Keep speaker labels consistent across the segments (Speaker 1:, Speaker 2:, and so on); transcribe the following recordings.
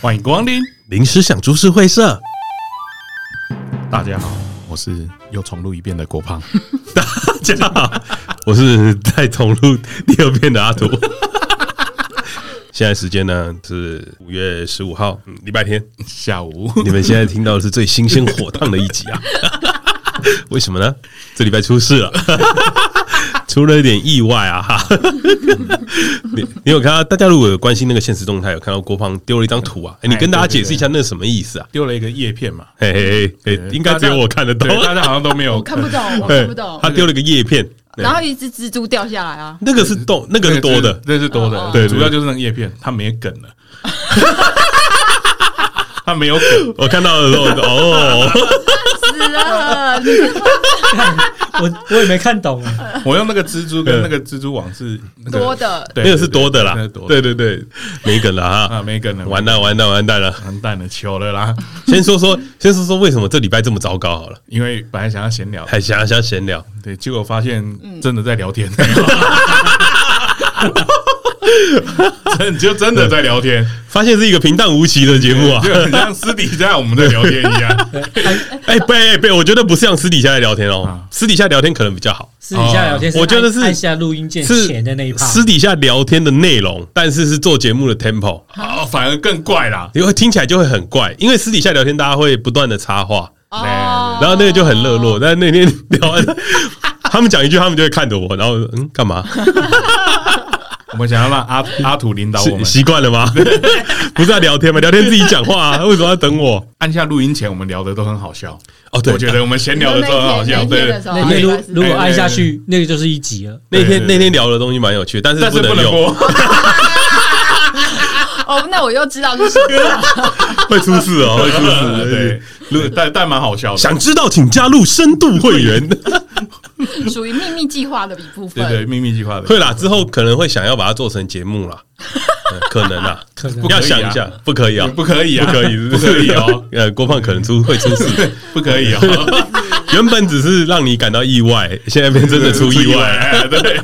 Speaker 1: 欢迎光临。
Speaker 2: 临时想株式会 社，
Speaker 1: 大家好，我是又重录一遍的郭 胖。
Speaker 2: 大家好，我是在同路第二遍的阿图。 现在时间呢是五月十五号，嗯礼 拜天。
Speaker 1: 下午
Speaker 2: 你们现在听到的是最新鲜火烫的一集啊！ 为什么呢？这礼拜出事了， 出了一点意外啊！哈， 你你有看到？大家如果有关心那个现实动态，有看到郭胖丢了一张图啊？哎你
Speaker 1: 哎
Speaker 2: 跟大家
Speaker 1: 对对
Speaker 2: 解释一下那是什么意思啊？
Speaker 1: 丢了一个叶片嘛，
Speaker 2: 嘿嘿嘿嘿，应该只有我看得懂
Speaker 1: 对。大家好像都没 有
Speaker 3: 看 不懂，我
Speaker 2: 嘿
Speaker 3: 看不懂
Speaker 2: 他。丢了个叶片，
Speaker 3: 然后一只蜘蛛掉下来啊，
Speaker 2: 那个是动，那个
Speaker 1: 这
Speaker 2: 是多的，
Speaker 1: 这是多的
Speaker 3: 哦，
Speaker 2: 对对
Speaker 1: 主要就是那个叶片，它没梗了， 它没有梗，
Speaker 2: 我看到的时 候，哦，
Speaker 3: 死 了！哦你
Speaker 4: 我我也没看懂啊，
Speaker 1: 我用那个蜘蛛跟那个蜘蛛网是那个
Speaker 3: 多的
Speaker 1: 对，
Speaker 2: 那个是多的啦
Speaker 1: 那是多，的
Speaker 2: 对对对，没梗了
Speaker 1: 啊，
Speaker 2: 哈，
Speaker 1: 没梗了，
Speaker 2: 完蛋完蛋完蛋 了！
Speaker 1: 完蛋了，糗了啦！
Speaker 2: 先说说，先说说为什么这礼拜这么糟糕好了，
Speaker 1: 因为本来想要闲聊，
Speaker 2: 还想想闲聊，
Speaker 1: 对，结果发现
Speaker 3: 嗯
Speaker 1: 真的在聊天， 真就真的在聊天，
Speaker 2: 发现是一个平淡无奇的 节目啊
Speaker 1: 就！很像私底下我们在聊天一样。
Speaker 2: 哎，被被，我觉得不是像私底下在聊天哦
Speaker 1: 啊，
Speaker 2: 私底下聊天可能比较好，
Speaker 4: 私底下聊天是
Speaker 2: 哦
Speaker 4: 按，
Speaker 2: 我觉得是
Speaker 4: 按下录音键
Speaker 2: 是
Speaker 4: 前的那一趴，
Speaker 2: 私底下聊天的内容，但是是做节目的 tempo，
Speaker 1: 哦，反而更怪啦。
Speaker 2: 因为听起来就会很怪，因为私底下聊天大家会不断的插话，
Speaker 3: 哦，
Speaker 2: 然后那个就很热络，但那天 聊完，他们讲一句，他们就会看着我，然后嗯，干嘛？
Speaker 1: 我们想要让阿阿土领导我
Speaker 2: 习
Speaker 1: 们
Speaker 2: 习惯了吗？ 不是要聊天吗？聊天自己讲话啊，为什么要等我？
Speaker 1: 按下录音前，我们聊的都很好笑。
Speaker 2: 哦，对，
Speaker 1: 我觉得我们闲聊的时候很好笑，
Speaker 3: 那天
Speaker 1: 对
Speaker 3: 那天的时候
Speaker 1: 对。
Speaker 4: 那
Speaker 3: 哦
Speaker 4: 天如
Speaker 3: 原来是
Speaker 4: 如果按下
Speaker 1: 对
Speaker 4: 去，那个就是一集了。
Speaker 2: 那
Speaker 1: 对对
Speaker 2: 天
Speaker 1: 对
Speaker 2: 那天聊的东西蛮有趣，但是
Speaker 1: 但
Speaker 2: 不
Speaker 1: 是不
Speaker 2: 能
Speaker 1: 能
Speaker 2: 用，
Speaker 1: 播，
Speaker 3: 哦，那我又知道是什么了。
Speaker 2: 会出事哦，会出事。
Speaker 1: 对
Speaker 2: 对，，
Speaker 1: 录但但蛮好笑的。
Speaker 2: 想知道请加入深度会员。
Speaker 3: 属于秘密计划的一部
Speaker 1: 对对，
Speaker 3: 分。
Speaker 1: 秘密计划的
Speaker 2: 会啦，之后可能会想要把它做成节目啦，嗯可能啦，
Speaker 4: 可 能
Speaker 1: 不可以啊
Speaker 2: 要想一下，不可以啊，
Speaker 1: 不可以啊，
Speaker 2: 不可以是
Speaker 1: 不
Speaker 2: 是，
Speaker 1: 可以哦，
Speaker 2: 呃，郭胖可能出会出事，
Speaker 1: 不可以哦，
Speaker 2: 原本只是让你感到意外，现在变 真的 出意外。，
Speaker 1: 对，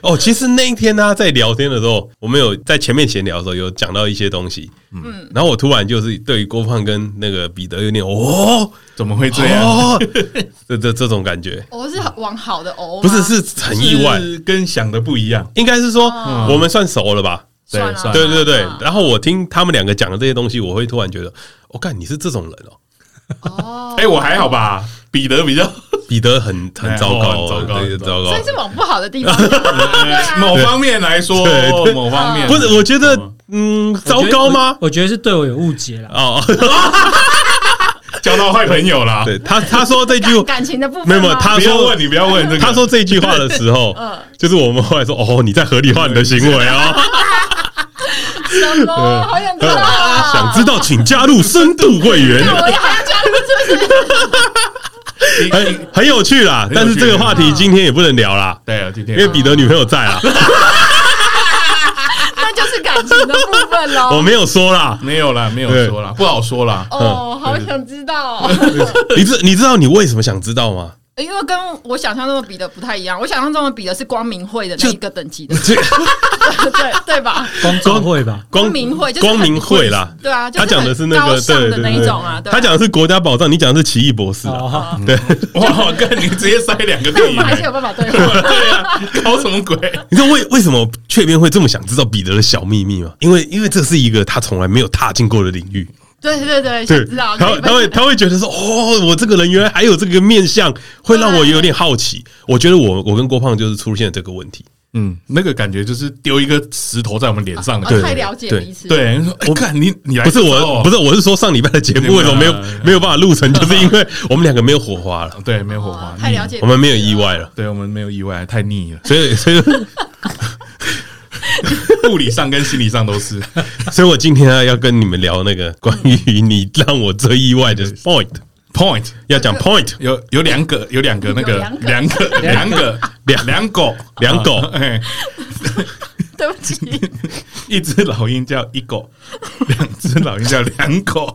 Speaker 2: 哦，其实那一天呢、在聊天的时候，我们有在前面闲聊的时候有讲到一些东西，嗯，然后我突然就是对于郭胖跟那个彼得有点哦，
Speaker 1: 怎么会这样？
Speaker 2: 哦， 这这这种感觉，
Speaker 3: 我是往好的哦
Speaker 2: 不
Speaker 3: 吗，
Speaker 2: 是是很意外，
Speaker 1: 是跟想的不一样，
Speaker 2: 应该是说
Speaker 3: 哦
Speaker 2: 我们算熟了吧？
Speaker 3: 嗯算了
Speaker 1: 对算
Speaker 3: 啦，
Speaker 2: 对对
Speaker 3: 啊
Speaker 2: 对，然后我听他们两个讲的这些东西，我会突然觉得，我、干你是这种人哦，
Speaker 3: 哦，
Speaker 1: 哎，我还好吧，彼得比较
Speaker 2: 彼得很很糟糕、
Speaker 1: 哎
Speaker 2: 哦，
Speaker 1: 哦很糟糕
Speaker 2: 对
Speaker 1: 很糟
Speaker 2: 糟糕
Speaker 3: 所以。是往不好的 地方。对啊
Speaker 1: 某方面来说
Speaker 2: 对，对
Speaker 1: 某方面
Speaker 2: 不是，我觉得，嗯，
Speaker 4: 我
Speaker 2: 糟
Speaker 4: 觉得
Speaker 2: 糕吗？
Speaker 4: 我？我觉得是对我有误解了。
Speaker 2: 哦，
Speaker 1: 交到坏朋友啦。
Speaker 2: 对他他说这句
Speaker 3: 感感情的部分
Speaker 2: 没有
Speaker 3: 吗
Speaker 2: 没有他
Speaker 1: 不要问，你不要问这个，嗯
Speaker 2: 他说这句话的时 候，
Speaker 3: 嗯
Speaker 2: 就是我们后来说，哦，你在合理化你的行 为哦。
Speaker 3: 什么？好想知道啊，
Speaker 2: 呃想知道请加入深度会员，
Speaker 1: 啊
Speaker 3: 我也还要加入是不是？
Speaker 2: 很哎很有趣啦。
Speaker 1: 很有趣
Speaker 2: 但是这个话题今天也不能聊啦，
Speaker 1: 对啊，今
Speaker 2: 因
Speaker 1: 天
Speaker 2: 为彼得女朋友在 啊，
Speaker 3: 那就是感情的部分喽。
Speaker 2: 我没有说啦。
Speaker 1: 没有啦，没有说啦，不好说啦。
Speaker 2: 嗯
Speaker 3: 哦，好想知道 哦。
Speaker 2: 你知你知道你为什么想知道吗？
Speaker 3: 因为跟我想象中的比的不太一样，我想象中的比的是光明会的那一个等 级的，
Speaker 2: 这
Speaker 3: 对对吧？
Speaker 4: 光照会吧，
Speaker 3: 光明会就是
Speaker 2: 光
Speaker 3: 很
Speaker 2: 明会啦。
Speaker 3: 对啊，就
Speaker 2: 他讲的是
Speaker 3: 很
Speaker 2: 那
Speaker 3: 高
Speaker 2: 个
Speaker 3: 尚
Speaker 2: 对
Speaker 3: 的
Speaker 2: 对
Speaker 3: 那一种啊，
Speaker 2: 对，
Speaker 3: 对
Speaker 2: 他讲的是国家宝藏，你讲的是奇异博士啊。
Speaker 4: 哦，
Speaker 1: 哇，跟你直接塞两个
Speaker 3: 但 我
Speaker 1: 电影
Speaker 3: 们，还是有办法对话。
Speaker 1: 对啊，搞什么鬼？
Speaker 2: 你知道为为什么雀边会这么想知道彼得的小秘密吗？因为因为这是一个他从来没有踏进过的领域。
Speaker 3: 对对对，
Speaker 2: 对
Speaker 3: 想， 知道
Speaker 2: 他会他会他会觉得说，哦，我这个人原来还有这个面相，会让我有点好奇。我觉得我我跟郭胖就是出现了这个问题。
Speaker 1: 嗯，那个感觉就是丢一个石头在我们脸上的
Speaker 3: 哦
Speaker 1: 感觉。
Speaker 3: 太了解
Speaker 2: 对
Speaker 3: 彼此，
Speaker 1: 对，你说哎，看你你来
Speaker 2: 不是我，不
Speaker 1: 是
Speaker 2: 是我是说上礼拜的节目为什么没有
Speaker 1: 没有啊
Speaker 2: 没有办法录成，就是因为我们两个没有火花了，
Speaker 1: 对，没有火
Speaker 3: 哇
Speaker 1: 花，
Speaker 3: 哦太了解彼此
Speaker 2: 哦
Speaker 3: 了，
Speaker 2: 我们没有意外了，，
Speaker 1: 对我们没有意外，太腻了
Speaker 2: 所以所以
Speaker 1: 物理上跟心理上都是。
Speaker 2: 所以我今天啊要跟你们聊那个关于你让我最意外的 point，
Speaker 1: Point
Speaker 2: 要讲 point
Speaker 1: 有有两个，有两个那个
Speaker 3: 有
Speaker 1: 两
Speaker 3: 两
Speaker 1: 个 两个
Speaker 2: 两
Speaker 1: 两狗
Speaker 2: 两狗
Speaker 1: 哎，
Speaker 3: 对不起，
Speaker 1: 一只老鹰叫一狗，两只老鹰叫两狗。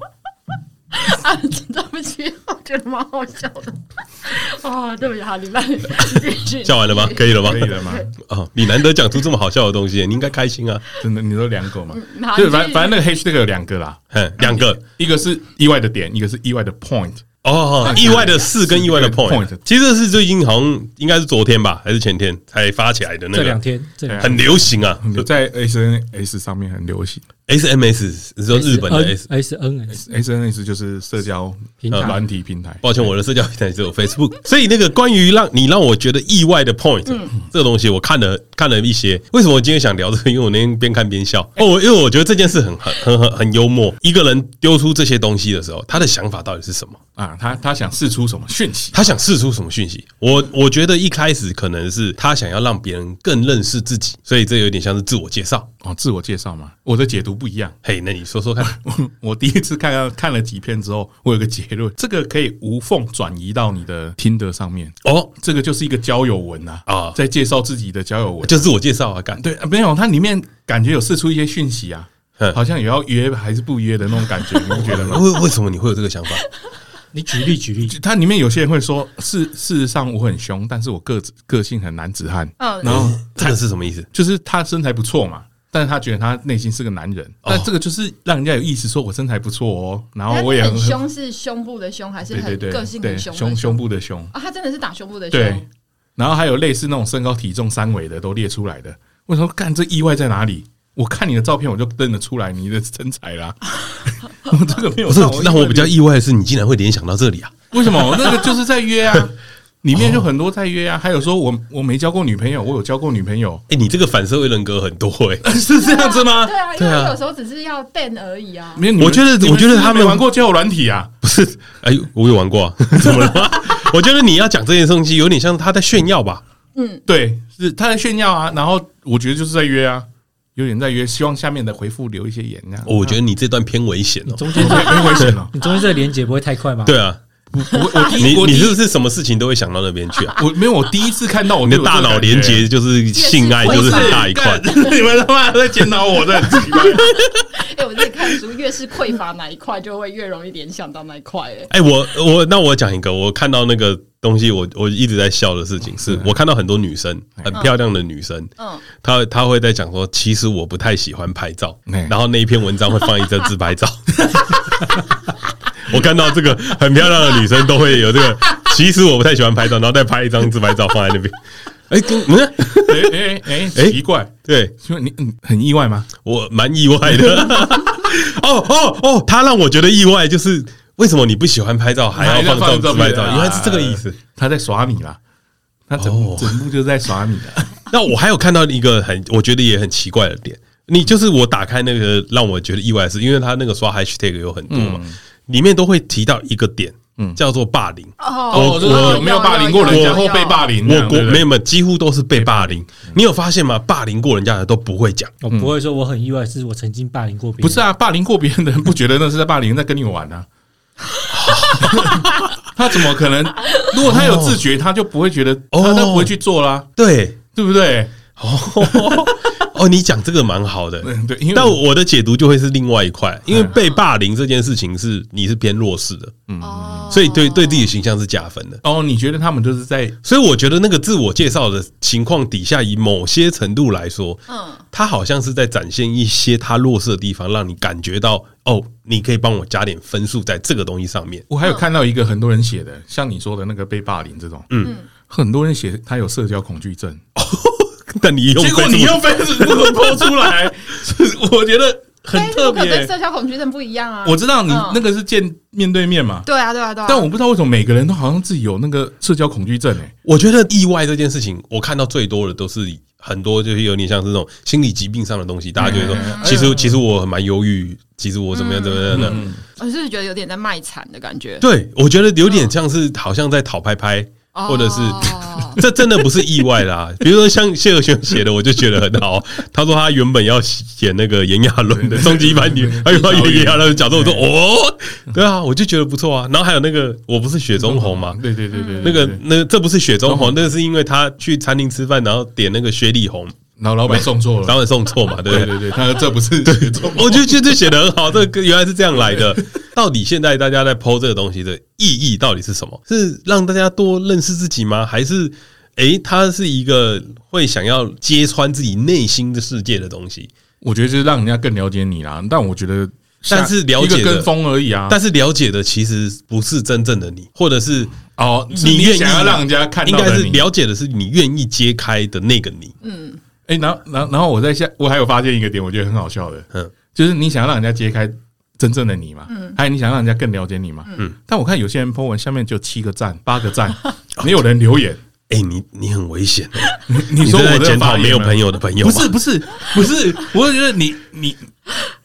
Speaker 3: 啊，对不起，我觉得蛮好笑的。啊，对不起，好，你慢点继续
Speaker 2: 笑完了吗？可以了吗？
Speaker 1: 可以了吗？
Speaker 2: 哦，你难得讲出这么好笑的东西，你应该开心啊！
Speaker 1: 真的，你说两个嘛
Speaker 3: 好？
Speaker 1: 就
Speaker 3: 你
Speaker 1: 是反
Speaker 3: 继续
Speaker 1: 反正那个 hash 那个有两个啦，
Speaker 2: 哼，两个
Speaker 1: 一个是意外的点，一个是意外的 point。
Speaker 2: 哦，意外的四跟意外的
Speaker 1: 是对
Speaker 2: point，啊
Speaker 1: point
Speaker 2: 其实是最近好像应该是昨天吧，还是前天才发起来的那
Speaker 4: 这两
Speaker 2: 个，
Speaker 4: 天这
Speaker 1: 对
Speaker 4: 两
Speaker 1: 啊
Speaker 2: 很流行啊
Speaker 1: 在 S N S 上面很流行
Speaker 2: ，SMS 你说日本
Speaker 4: 哎
Speaker 2: 的 S。
Speaker 4: 呃 S N S
Speaker 1: ，S N S 就是社交呃
Speaker 4: 平台
Speaker 1: 软体平台。
Speaker 2: 抱歉，我的社交平台只有 Facebook，所以那个关于让你让我觉得意外的 point，、这个东西我看了看了一些。为什么我今天想聊这个？因为我那天边看边笑哦，我因为我觉得这件事很很很很很幽默。一个人丢出这些东西的时候，他的想法到底是什么？
Speaker 1: 啊，他他想试出什么讯息？
Speaker 2: 他想试出什么讯息？我我觉得一开始可能是他想要让别人更认识自己，所以这有点像是自我介绍。
Speaker 1: 哦，自我介绍嘛，我的解读不一样。
Speaker 2: 嘿，那你说说看，
Speaker 1: 我我第一次看到看了几篇之后，我有个结论，这个可以无缝转移到你的听的上面。
Speaker 2: 哦，
Speaker 1: 这个就是一个交友文啊，
Speaker 2: 啊
Speaker 1: 啊，在介绍自己的交友文。
Speaker 2: 就自我介绍啊，感
Speaker 1: 对，啊没有，它里面感觉有释出一些讯息啊
Speaker 2: 嗯，
Speaker 1: 好像有要约还是不约的那种感觉，你不觉得吗？
Speaker 2: 为为什么你会有这个想法？
Speaker 4: 你举例举 例，
Speaker 1: 就它里面有些人会说，事事实上我很凶，但是我个子个性很男子汉，
Speaker 3: 嗯，
Speaker 1: 然后
Speaker 2: 这个是什么意思？
Speaker 1: 就是他身材不错嘛，但是他觉得他内心是个男人，
Speaker 2: 哦
Speaker 1: 但这个就是让人家有意识说我身材不错哦，然后
Speaker 3: 但
Speaker 1: 我也
Speaker 3: 很，凶是胸部的胸，还是
Speaker 1: 对对
Speaker 3: 很
Speaker 1: 对，
Speaker 3: 个性
Speaker 1: 对
Speaker 3: 很凶
Speaker 1: 胸
Speaker 3: 的
Speaker 1: 胸部的胸，
Speaker 3: 啊？他真的是打胸部的
Speaker 1: 对
Speaker 3: 胸，，
Speaker 1: 然后还有类似那种身高体重三围的都列出来的，我想说干这意外在哪里？我看你的照片我就认得出来你的身材 啦，我这个没有
Speaker 2: 不是
Speaker 1: 让我
Speaker 2: 让我比较
Speaker 1: 意
Speaker 2: 意外的是，你竟然会联想到这里啊！
Speaker 1: 外，为什么？那个就是在约啊，里面就很多在约啊，还有说我我没交过女朋友，我有交过女朋友，
Speaker 2: 哎、你这个反社会人格很多哎、
Speaker 1: 是这样子吗
Speaker 3: 对？啊，因
Speaker 2: 对啊
Speaker 3: 为有时候只是要 ban 而已 啊。
Speaker 1: 没有，你们
Speaker 2: 我觉得
Speaker 1: 你们
Speaker 2: 我觉得
Speaker 1: 是不是
Speaker 2: 他们
Speaker 1: 没玩过交友软体啊，
Speaker 2: 不是，哎、我有玩过、啊， 怎么了吗？我觉得你要讲这件东西，有点像他在炫耀吧？
Speaker 1: 对，是他在炫耀啊，然后我觉得就是在约啊，有点在约，希望下面的回复留一些言啊。
Speaker 2: 哦我觉得你这段偏危险哦、
Speaker 4: 中
Speaker 1: 没
Speaker 4: 间
Speaker 1: 没危险哦，
Speaker 4: 你中间这个连接不会太快吗？
Speaker 2: 对啊，
Speaker 1: 我我第
Speaker 2: 你
Speaker 1: 一我
Speaker 2: 你
Speaker 1: 第
Speaker 2: 是
Speaker 1: 一
Speaker 2: 不是什么事情都会想到那边去啊？
Speaker 1: 我没有，我第一次看到我
Speaker 2: 你
Speaker 1: 就
Speaker 2: 的
Speaker 1: 有这
Speaker 2: 大
Speaker 1: 个
Speaker 2: 脑
Speaker 1: 感觉
Speaker 2: 连接就是性爱，就是很大一块。
Speaker 1: 干你们他妈在检讨我，这很奇怪。
Speaker 3: 哎，我自己看书，越是匮乏哪一块，就会越容易联想到那一块。哎，
Speaker 2: 哎、我我那我讲一个，我看到那个东西，我我一直在笑的事情，
Speaker 1: 嗯
Speaker 2: 是我看到很多女生很漂亮的女生，
Speaker 3: 嗯，
Speaker 2: 她她会在讲说，其实我不太喜欢拍照，
Speaker 1: 嗯
Speaker 2: 然后那一篇文章会放一张自拍照。 我看到这个很漂亮的女生都会有这个，其实我不太喜欢拍照，然后再拍一张自拍照放在那边。哎、跟嗯，
Speaker 1: 哎哎哎，奇怪，
Speaker 2: 对
Speaker 1: 所以你嗯很意外吗？
Speaker 2: 我蛮意外的。 哦哦哦，他让我觉得意外，就是为什么你不喜欢拍照还要放照自拍照？原来是这个意思。，
Speaker 1: 他在耍你啦，他整
Speaker 2: 哦
Speaker 1: 整部就是在耍你啊的。
Speaker 2: 那我还有看到一个很，我觉得也很奇怪的点，你就是我打开那个让我觉得意外的是，因为他那个刷 hashtag 有很多嘛，里面都会提到一个点，叫做霸凌。
Speaker 3: 哦
Speaker 2: 我
Speaker 1: 就是
Speaker 2: 我
Speaker 1: 有没有霸凌过人家或被霸？凌这样？
Speaker 2: 我国
Speaker 1: 对不
Speaker 2: 妹
Speaker 1: 对
Speaker 2: 们几乎都是被霸凌，你有发现吗？霸凌过人家的都不会讲，
Speaker 4: 我不会说我很意外，是我曾经霸凌过别人。
Speaker 1: 不是啊，霸凌过别人的人 不觉得那是在霸凌，在跟你玩啊。 他怎么可能？如果他有自觉，他就不会觉得，
Speaker 2: 哦
Speaker 1: 他他不会去做啦，
Speaker 2: 对，
Speaker 1: 对不对？
Speaker 2: 哦哦，你讲这个蛮好的，
Speaker 1: 嗯，对，因为
Speaker 2: 但我的解读就会是另外一块，因为
Speaker 1: 嗯
Speaker 2: 被霸凌这件事情是你是偏弱势的，
Speaker 3: 哦
Speaker 2: 所以对对自己的形象是加分的。
Speaker 1: 哦，你觉得他们就是在
Speaker 2: 所以我觉得那个自我介绍的情况底下，以某些程度来说，
Speaker 3: 嗯，
Speaker 2: 他好像是在展现一些他弱势的地方，让你感觉到哦，你可以帮我加点分数在这个东西 上面。
Speaker 1: 我还有看到一个很多人写的，像你说的那个被霸凌这种，嗯，很多人写他有社交恐惧症，
Speaker 2: 但你用
Speaker 1: 结果你
Speaker 2: Facebook-
Speaker 1: 用 Facebook 剖出来， 是我觉得很特
Speaker 3: Facebook 跟
Speaker 1: 别。
Speaker 3: 社交恐惧症不一样啊。
Speaker 1: 我知道你
Speaker 3: 嗯
Speaker 1: 那个是见面对面嘛，
Speaker 3: 对啊，对啊，对啊。
Speaker 1: 但我不知道为什么每个人都好像自己有那个社交恐惧症欸诶、
Speaker 2: 我觉得意外这件事情，我看到最多的都是很多就是有点像是那种心理疾病上的东西，大家就会说，
Speaker 1: 嗯
Speaker 2: 其实其实我蛮忧郁，其实我怎么样怎么样怎么
Speaker 1: 嗯
Speaker 2: 样。
Speaker 3: 我是觉得有点在卖惨的感觉，
Speaker 2: 对，我觉得有点像是好像在讨拍拍，
Speaker 1: 嗯
Speaker 3: 哦
Speaker 2: 或者是这真的不是意外 啦。比如说像谢和弦写的，我就觉得很好。他说他原本要演那个炎亚 纶的终极版女，他有要演炎亚纶的角色，我说哦，对啊，我就觉得不错啊。然后还有那个我不是雪中红嘛，
Speaker 1: 对嗯对对对，
Speaker 2: 那个
Speaker 1: 对
Speaker 2: 那这不是雪中红，那是因为他去餐厅吃饭，然后点那个雪里红，
Speaker 1: 然后老板送错了，
Speaker 2: 当然送错嘛，对不
Speaker 1: 对
Speaker 2: 对？
Speaker 1: 对对，他说这不是写错，
Speaker 2: 我就觉得这写的很好，这个原来是这样来的。到底现在大家在剖这个东西的意义到底是什么？是让大家多认识自己吗？还是诶，它是一个会想要揭穿自己内心的世界的东西？
Speaker 1: 我觉得就是让人家更了解你啦。但我觉得下，
Speaker 2: 但是了解的
Speaker 1: 一个跟风而已啊。
Speaker 2: 但是了解的其实不是真正的你，或者是
Speaker 1: 哦，是
Speaker 2: 你愿意啊
Speaker 1: 想要让人家看
Speaker 2: 应
Speaker 1: 到
Speaker 2: 该
Speaker 1: 的
Speaker 2: 是
Speaker 1: 你。
Speaker 2: 了解的是你愿意揭开的那个你。
Speaker 1: 哎、然后然后然后我在下，我还有发现一个点，我觉得很好笑的，
Speaker 2: 嗯，
Speaker 1: 就是你想要让人家揭开真正的你嘛，
Speaker 3: 嗯
Speaker 1: 还有你想让人家更了解你嘛，嗯。但我看有些人 po 文下面就七个赞、八个赞，没有人留言。
Speaker 2: 诶，你你很危险欸，
Speaker 1: 你
Speaker 2: 你
Speaker 1: 说我
Speaker 2: 正在
Speaker 1: 这个
Speaker 2: 检
Speaker 1: 发
Speaker 2: 讨
Speaker 1: 言
Speaker 2: 没有
Speaker 1: 吗
Speaker 2: 朋友的朋友
Speaker 1: 不
Speaker 2: 吗？
Speaker 1: 是不是不是，我觉得你你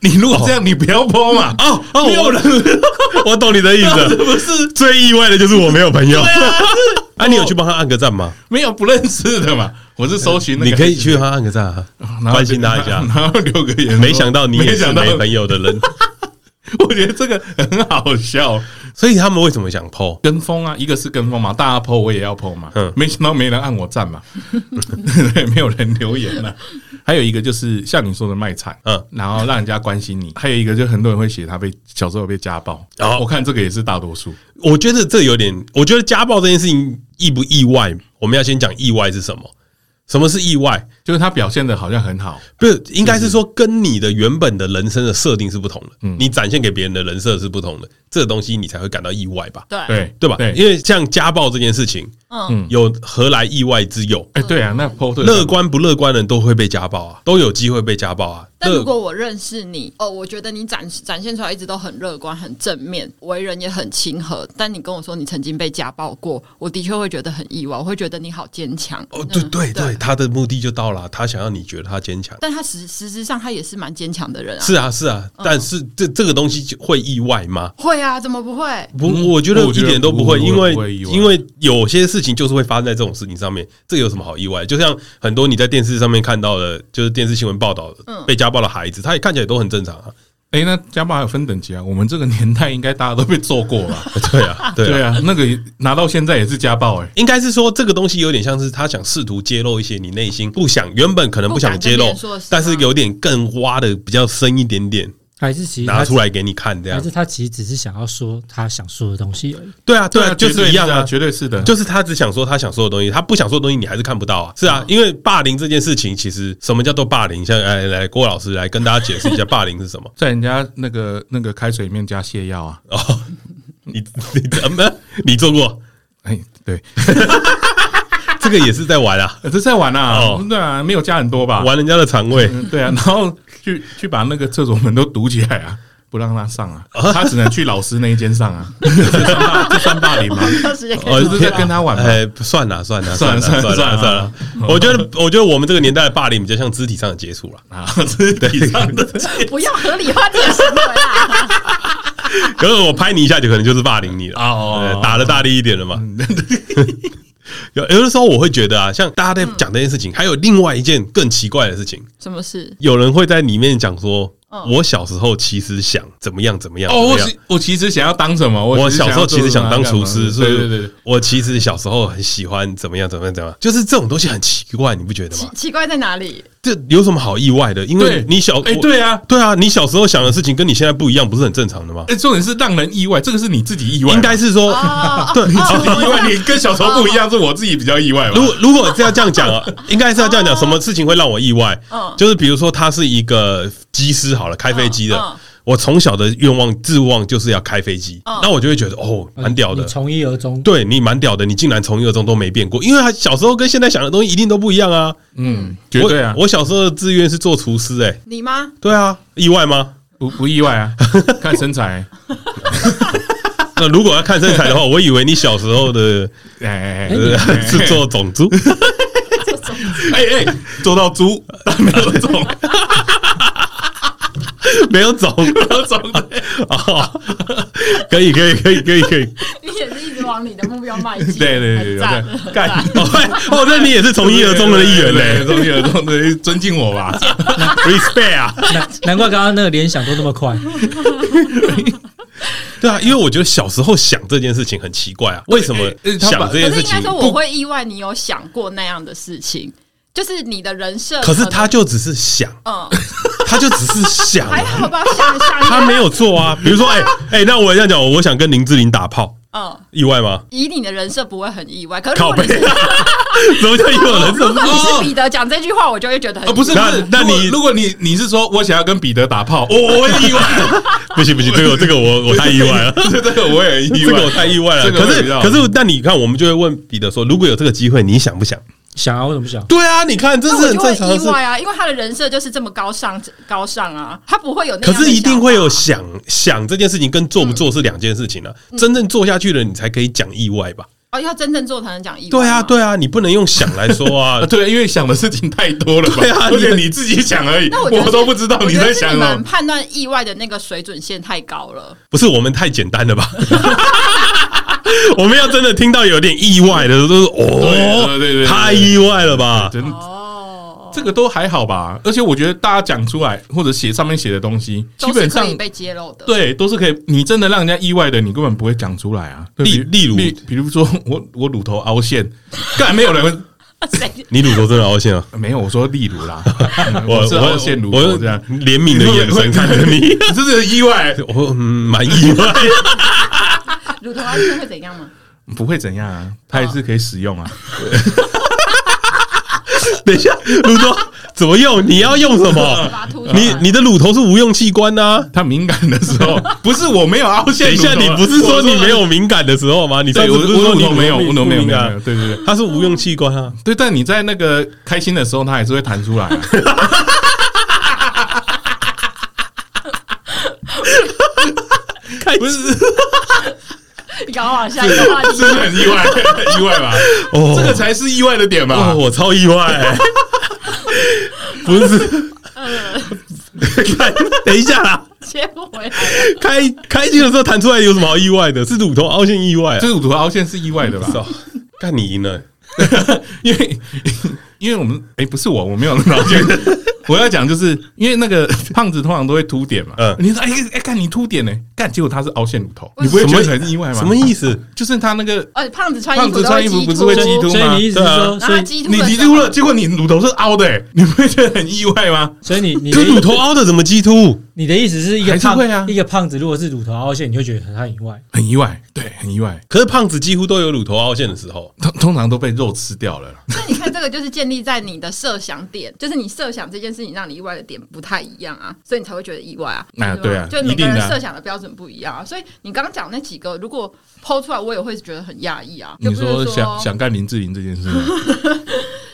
Speaker 1: 你如果这样，你不要 po 嘛。
Speaker 2: 哦哦，
Speaker 1: 没有
Speaker 2: 我我 懂你的意思了，
Speaker 1: 不 是
Speaker 2: 最意外的就是我没有朋友。 啊，你有去帮他按个赞吗？
Speaker 1: 没有不认识的嘛，我是搜寻那个，
Speaker 2: 你可以去帮他按个赞啊，
Speaker 1: 然后
Speaker 2: 关心他一下
Speaker 1: 然。后留个言。
Speaker 2: 没想到你也
Speaker 1: 没
Speaker 2: 是
Speaker 1: 想到
Speaker 2: 没朋友的人，
Speaker 1: 我觉得这个很好笑，
Speaker 2: 所以他们为什么想 PO？
Speaker 1: 跟风啊，一个是跟风嘛，大家 PO 我也要 PO 嘛，
Speaker 2: 嗯
Speaker 1: 没想到没人按我 赞嘛，对，没有人留言了、还有一个就是像你说的卖惨，
Speaker 2: 嗯，
Speaker 1: 然后让人家关心你。还有一个就很多人会写他被小时候被家暴，
Speaker 2: 哦
Speaker 1: 我看这个也是大多数。
Speaker 2: 我觉得这有点，我觉得家暴这件事情意不意外？我们要先讲意外是什么？什么是意外？
Speaker 1: 就是他表现的好像很好，
Speaker 2: 不是，应该是说跟你的原本的人生的设定是不同的，
Speaker 1: 嗯
Speaker 2: 你展现给别人的人设是不同的，这个东西你才会感到意外吧？
Speaker 3: 对，
Speaker 1: 对
Speaker 2: 对吧？
Speaker 1: 对，
Speaker 2: 因为像家暴这件事情，
Speaker 3: 嗯
Speaker 2: 有何来意外之有？
Speaker 1: 哎、对啊，那 PO 对
Speaker 2: 乐观不乐观的人都会被家暴啊，都有机会被家暴啊。
Speaker 3: 但如
Speaker 2: 乐
Speaker 3: 果我认识你，哦，我觉得你展展现出来一直都很乐观、很正面，为人也很亲和。但你跟我说你曾经被家暴过，我的确会觉得很意外，我会觉得你好坚强。
Speaker 2: 哦，对
Speaker 3: 嗯
Speaker 2: 对对，他的目的就到了，啊他想要你觉得他坚强。
Speaker 3: 但他实实质上他也是蛮坚强的人啊。
Speaker 2: 是啊，是啊，但是这这个东西就会意外吗？
Speaker 3: 会啊，怎么 不会？
Speaker 2: 不，
Speaker 1: 嗯
Speaker 2: 我觉得
Speaker 1: 我觉
Speaker 2: 一
Speaker 1: 得
Speaker 2: 点都
Speaker 1: 不
Speaker 2: 不会，
Speaker 1: 不
Speaker 2: 因
Speaker 1: 会
Speaker 2: 为
Speaker 1: 不会意外
Speaker 2: 因为有些事情就是会发生在这种事情上面，这有什么好意外？就像很多你在电视上面看到的，就是电视新闻报道
Speaker 3: 嗯
Speaker 2: 的被家暴的孩子，他也看起来都很正常啊。
Speaker 1: 哎、那家暴还有分等级啊？我们这个年代应该大家都被揍过吧？
Speaker 2: 对啊， 对啊，
Speaker 1: 对啊，那个拿到现在也是家暴哎、
Speaker 2: 应该是说这个东西有点像是他想试图揭露一些你内心不想原本可能不想揭
Speaker 3: 不敢跟别
Speaker 2: 露
Speaker 3: 人说的事吗，
Speaker 2: 但是有点更挖的比较深一点点
Speaker 4: 还是其实
Speaker 2: 拿
Speaker 4: 他
Speaker 2: 出来啊给你看，这
Speaker 4: 还
Speaker 2: 样
Speaker 4: 是他其实只是想要说他想说的东西而已。
Speaker 2: 对啊对啊，就
Speaker 1: 绝对
Speaker 2: 是一样
Speaker 1: 啊，
Speaker 2: 啊。
Speaker 1: 绝对是的。
Speaker 2: 就是他只想说他想说的东西，他不想说的东西你还是看不到啊。是啊，因为霸凌这件事情，其实什么叫做霸凌？像来来，郭老师来跟大家解释一下霸凌是什么。
Speaker 1: 在人家那个那个开水里面加泻药啊，
Speaker 2: 哦，你你怎么 你做过？
Speaker 1: 哎、对，
Speaker 2: 这个也是在玩啊，
Speaker 1: 呃这在玩啊，
Speaker 2: 哦
Speaker 1: 对啊，没有加很多吧？
Speaker 2: 玩人家的肠胃。
Speaker 1: 嗯对啊，然后去去把那个厕所门都堵起来啊，不让他上 啊，他只能去老师那一间上啊，这 算霸这算霸凌吗？
Speaker 3: 他直接开
Speaker 2: 哦
Speaker 1: 就是在跟他玩嘛。
Speaker 2: 哎，算了算了
Speaker 1: 算了
Speaker 2: 算了
Speaker 1: 算
Speaker 2: 算
Speaker 1: 了哦
Speaker 2: 了算了，我觉得我觉得我们这个年代的霸凌比较像肢体上的接触了。
Speaker 1: 啊，肢体上的，
Speaker 3: 不要合理化这个行为啊！
Speaker 2: 可是我拍你一下，就可能就是霸凌你了
Speaker 1: 哦嗯
Speaker 2: 哦，对打的大力一点了嘛。 有有的时候我会觉得啊，像大家在讲这件事情，还有另外一件更奇怪的事情，
Speaker 3: 什么事？
Speaker 2: 有人会在里面讲说，
Speaker 3: 嗯
Speaker 2: 我小时候其实想怎么样怎么样。
Speaker 1: 哦，
Speaker 2: 怎么
Speaker 1: 我
Speaker 2: 样
Speaker 1: 其我其实想要当什么？
Speaker 2: 我
Speaker 1: 我
Speaker 2: 小时候其实想当厨师，所
Speaker 1: 对
Speaker 2: 以
Speaker 1: 对对，
Speaker 2: 我其实小时候很喜欢怎么样怎么样怎么样，就是这种东西很奇怪，你不觉得
Speaker 3: 奇
Speaker 2: 吗？
Speaker 3: 奇怪在哪里？
Speaker 2: 这有什么好意外的？因为
Speaker 1: 对
Speaker 2: 你小，
Speaker 1: 哎，对啊，
Speaker 2: 对啊，你小时候想的事情跟你现在不一样，不是很正常的吗？
Speaker 1: 哎，重点是让人意外，这个是你自己意外，
Speaker 2: 应该是说，
Speaker 1: 啊
Speaker 3: 哦
Speaker 2: 对，
Speaker 1: 意 外，你跟小时候不一样，是我自己比较意外吧
Speaker 2: 如？果如果是要这样讲啊，应该是要这样讲，什么事情会让我意外？
Speaker 1: 啊
Speaker 3: 嗯
Speaker 2: 就是比如说他是一个机师，好了，开飞机
Speaker 1: 啊
Speaker 3: 嗯
Speaker 2: 的
Speaker 3: 嗯。
Speaker 2: 我从小的愿望、志望就是要开飞机，
Speaker 1: 啊
Speaker 3: 嗯
Speaker 2: 那我就会觉得哦，蛮屌的
Speaker 4: 啊你。从一而终。
Speaker 2: 对你蛮屌的，你竟然从一而终都没变过，因为他小时候跟现在想的东西一定都不一样啊。
Speaker 1: 嗯，绝对啊，
Speaker 2: 我我小时候的志愿是做厨师、哎，
Speaker 3: 你吗？
Speaker 2: 对啊，意外吗？
Speaker 1: 不不意外啊，看身材，
Speaker 2: 那如果要看身材的话，我以为你小时候的
Speaker 1: 哎哎哎
Speaker 2: 呃 是做种 猪，
Speaker 1: 哎 哎，做到猪，但没有中，
Speaker 2: 没有种
Speaker 1: 没有中的。
Speaker 2: 哦，可以可以可以可以可 以，
Speaker 3: 你也是一直往你的目标迈 进，
Speaker 1: 对对对对
Speaker 3: 很赞
Speaker 1: 对
Speaker 3: 很
Speaker 1: 干
Speaker 3: 赞
Speaker 2: 哦，喂哦，那你也是从一而终的一员嘞、
Speaker 1: 从一而终的，尊敬我 吧。
Speaker 2: r e s p e c t 啊，
Speaker 4: 难 难怪刚刚那个联想都那么快。
Speaker 2: 对啊，因为我觉得小时候想这件事情很奇怪啊，为什么
Speaker 1: 对哎哎他把
Speaker 2: 想这件
Speaker 3: 可是
Speaker 2: 事
Speaker 3: 应
Speaker 2: 情
Speaker 3: 该说，我会意外你有想过那样的事情，就是你的人设
Speaker 2: 可是
Speaker 3: 能，
Speaker 2: 他就只是想，
Speaker 3: 嗯，
Speaker 2: 他就只是想啊、
Speaker 3: 还好吧，想 一想，
Speaker 2: 他没有做啊。比如说，哎、哎、那我这样讲，我想跟林志玲打炮，
Speaker 3: 嗯，
Speaker 2: 意外吗？
Speaker 3: 以你的人设不会很意外。可是如
Speaker 2: 靠
Speaker 3: 果
Speaker 2: 背，哦
Speaker 3: 你是
Speaker 2: 怎么叫有 人
Speaker 3: 如
Speaker 2: 这
Speaker 3: 果你是彼得讲这句话，我就会觉得很
Speaker 1: 啊，不是，不
Speaker 2: 那
Speaker 1: 是，
Speaker 2: 那
Speaker 1: 如果
Speaker 2: 你
Speaker 1: 如果你你是说我想要跟彼得打炮，我我会意外，
Speaker 2: 不行不行，这个这个我我太意外了。
Speaker 1: 这个我 也意
Speaker 2: 这
Speaker 1: 外，
Speaker 2: 个我太意外了，
Speaker 1: 这个
Speaker 2: 可
Speaker 1: 我也
Speaker 2: 是
Speaker 1: 知道
Speaker 2: 可是，那你看，我们就会问彼得说，如果有这个机会，你想不想？
Speaker 4: 想啊，为什么不想？
Speaker 2: 对啊，你看，这
Speaker 3: 那
Speaker 2: 是
Speaker 3: 我
Speaker 2: 很正
Speaker 3: 就
Speaker 2: 常
Speaker 3: 会
Speaker 2: 的
Speaker 3: 意
Speaker 2: 事。
Speaker 3: 外啊，因为他的人设就是这么高尚，高尚啊，他不会有那
Speaker 2: 可
Speaker 3: 样的想法。
Speaker 2: 是一定会有想
Speaker 3: 啊
Speaker 2: 想这件事情跟做不做是两件事情啊。
Speaker 3: 嗯
Speaker 2: 真正做下去了，你才可以讲意外吧？
Speaker 3: 哦，要真正做才能讲意外。
Speaker 2: 对啊，。对啊，你不能用想来说啊
Speaker 1: 啊。对，因为想的事情太多了吧，
Speaker 2: 对 啊
Speaker 1: 而且
Speaker 2: 你
Speaker 1: 你自己想而已，
Speaker 3: 那我觉得
Speaker 1: 我都不知道
Speaker 3: 我
Speaker 1: 你
Speaker 3: 觉
Speaker 1: 在
Speaker 3: 得是
Speaker 1: 想啊
Speaker 3: 你
Speaker 1: 什
Speaker 3: 们
Speaker 1: 么。
Speaker 3: 判断意外的那个水准线太高了。
Speaker 2: 不是我们太简单了吧？ 我们要真的听到有点意外的，都是哦，
Speaker 1: 对对对对
Speaker 2: 太意外了吧？
Speaker 1: 真的，
Speaker 3: 哦，
Speaker 1: 这个都还好吧。而且我觉得大家讲出来或者写上面写的东西，基
Speaker 3: 都是
Speaker 1: 本
Speaker 3: 可
Speaker 1: 上
Speaker 3: 以被揭露的。
Speaker 1: 对都是可以。你真的让人家意外的，你根本不会讲出来啊。对
Speaker 2: 例例
Speaker 1: 比
Speaker 2: 如
Speaker 1: 比如说我我乳头凹陷，当然没有人会
Speaker 3: 谁
Speaker 2: 你乳头真的凹陷啊！
Speaker 1: 没有，我说例如啦，嗯我是凹陷乳
Speaker 2: 我
Speaker 1: 头
Speaker 2: 用
Speaker 1: 这样。
Speaker 2: 怜悯的眼神看着 你，
Speaker 1: 这是意外，
Speaker 2: 我嗯蛮意外。
Speaker 3: 乳头凹陷会怎样吗？
Speaker 1: 不会怎样啊，它也是可以使用啊。
Speaker 2: 等一下，乳头怎么用？你要用什
Speaker 3: 把 它
Speaker 2: 么
Speaker 3: 凸出？来
Speaker 2: 你你的乳头是无用器官呐、
Speaker 1: 它敏感的时候，不是我没有凹陷
Speaker 2: 等
Speaker 1: 乳
Speaker 2: 一
Speaker 1: 头
Speaker 2: 下，
Speaker 1: 啊。
Speaker 2: 你不是说
Speaker 1: 我
Speaker 2: 你没？有敏感的时候吗？你
Speaker 1: 对，
Speaker 2: 上次
Speaker 1: 我
Speaker 2: 不是说
Speaker 1: 我乳
Speaker 2: 你
Speaker 1: 头没有，我
Speaker 2: 乳
Speaker 1: 乳
Speaker 2: 头
Speaker 1: 头没有
Speaker 2: 敏
Speaker 1: 没有，没
Speaker 2: 感
Speaker 1: 有？对对对。
Speaker 2: 它是无用器官啊！
Speaker 1: 对，但你在那个开心的时候，它还是会弹出 来、啊。
Speaker 2: 看
Speaker 1: 不是，
Speaker 3: 你搞往下一个话题。
Speaker 1: 真的很意外，意外吧？
Speaker 2: 哦
Speaker 1: 这个才是意外的点吧
Speaker 2: 哦，？我超意外、 不是？
Speaker 1: 呃
Speaker 2: 看， 等一下啦，
Speaker 3: 接不回来，
Speaker 2: 开开心的时候弹出来有什么好意外的？是乳头凹陷意外、啊
Speaker 1: 这，乳头凹陷是意外的吧？
Speaker 2: 操！看你赢了，
Speaker 1: 因为 因为我们哎、不是我，我没有脑筋。 我要讲就是因为那个胖子通常都会凸点嘛，
Speaker 2: 嗯
Speaker 1: 你说哎哎，干、你凸点呢、干结果他是凹陷乳头，
Speaker 3: 为
Speaker 1: 你
Speaker 3: 什
Speaker 1: 不
Speaker 3: 么
Speaker 1: 会觉得很意外吗？
Speaker 2: 什么意思？
Speaker 1: 就是他那个
Speaker 3: 而且哦胖子穿
Speaker 1: 胖
Speaker 3: 衣服
Speaker 1: 子
Speaker 3: 都
Speaker 1: 穿衣服不是会
Speaker 4: 所
Speaker 1: 鸡
Speaker 4: 以
Speaker 1: 突
Speaker 4: 所以
Speaker 1: 吗
Speaker 4: 你意思
Speaker 2: 对
Speaker 4: 是
Speaker 2: 啊
Speaker 4: 说，
Speaker 3: 然后
Speaker 4: 所
Speaker 3: 他
Speaker 4: 以
Speaker 3: 鸡突
Speaker 1: 你
Speaker 3: 的
Speaker 1: 提
Speaker 3: 时候
Speaker 1: 出了，结果你乳头是凹的、欸，你不会觉得很意外吗？
Speaker 4: 所以你你
Speaker 2: 这
Speaker 4: 的
Speaker 2: 乳头凹的怎么鸡突？
Speaker 4: 你的意思是一个
Speaker 1: 还是
Speaker 4: 胖
Speaker 1: 会啊
Speaker 4: 一个胖子如果是乳头凹陷，你会觉得很很意外。
Speaker 1: 很意外，对，很意外。
Speaker 2: 可是胖子几乎都有乳头凹陷的时候，
Speaker 1: 通通常都被肉吃掉了啦。
Speaker 3: 那你看，这个就是建立在你的设想点，就是你设想这件事情让你意外的点不太一样啊，所以你才会觉得意外啊。
Speaker 1: 啊
Speaker 3: 吧
Speaker 1: 对啊
Speaker 3: 就每
Speaker 1: 一
Speaker 3: 个
Speaker 1: 定的
Speaker 3: 人
Speaker 1: 啊
Speaker 3: 设想的标准不一样啊，所以你刚刚讲那几个，如果抛出来，我也会觉得很讶异啊。
Speaker 1: 你
Speaker 3: 就不
Speaker 1: 说
Speaker 3: 是
Speaker 1: 想想干林志玲这件事吗？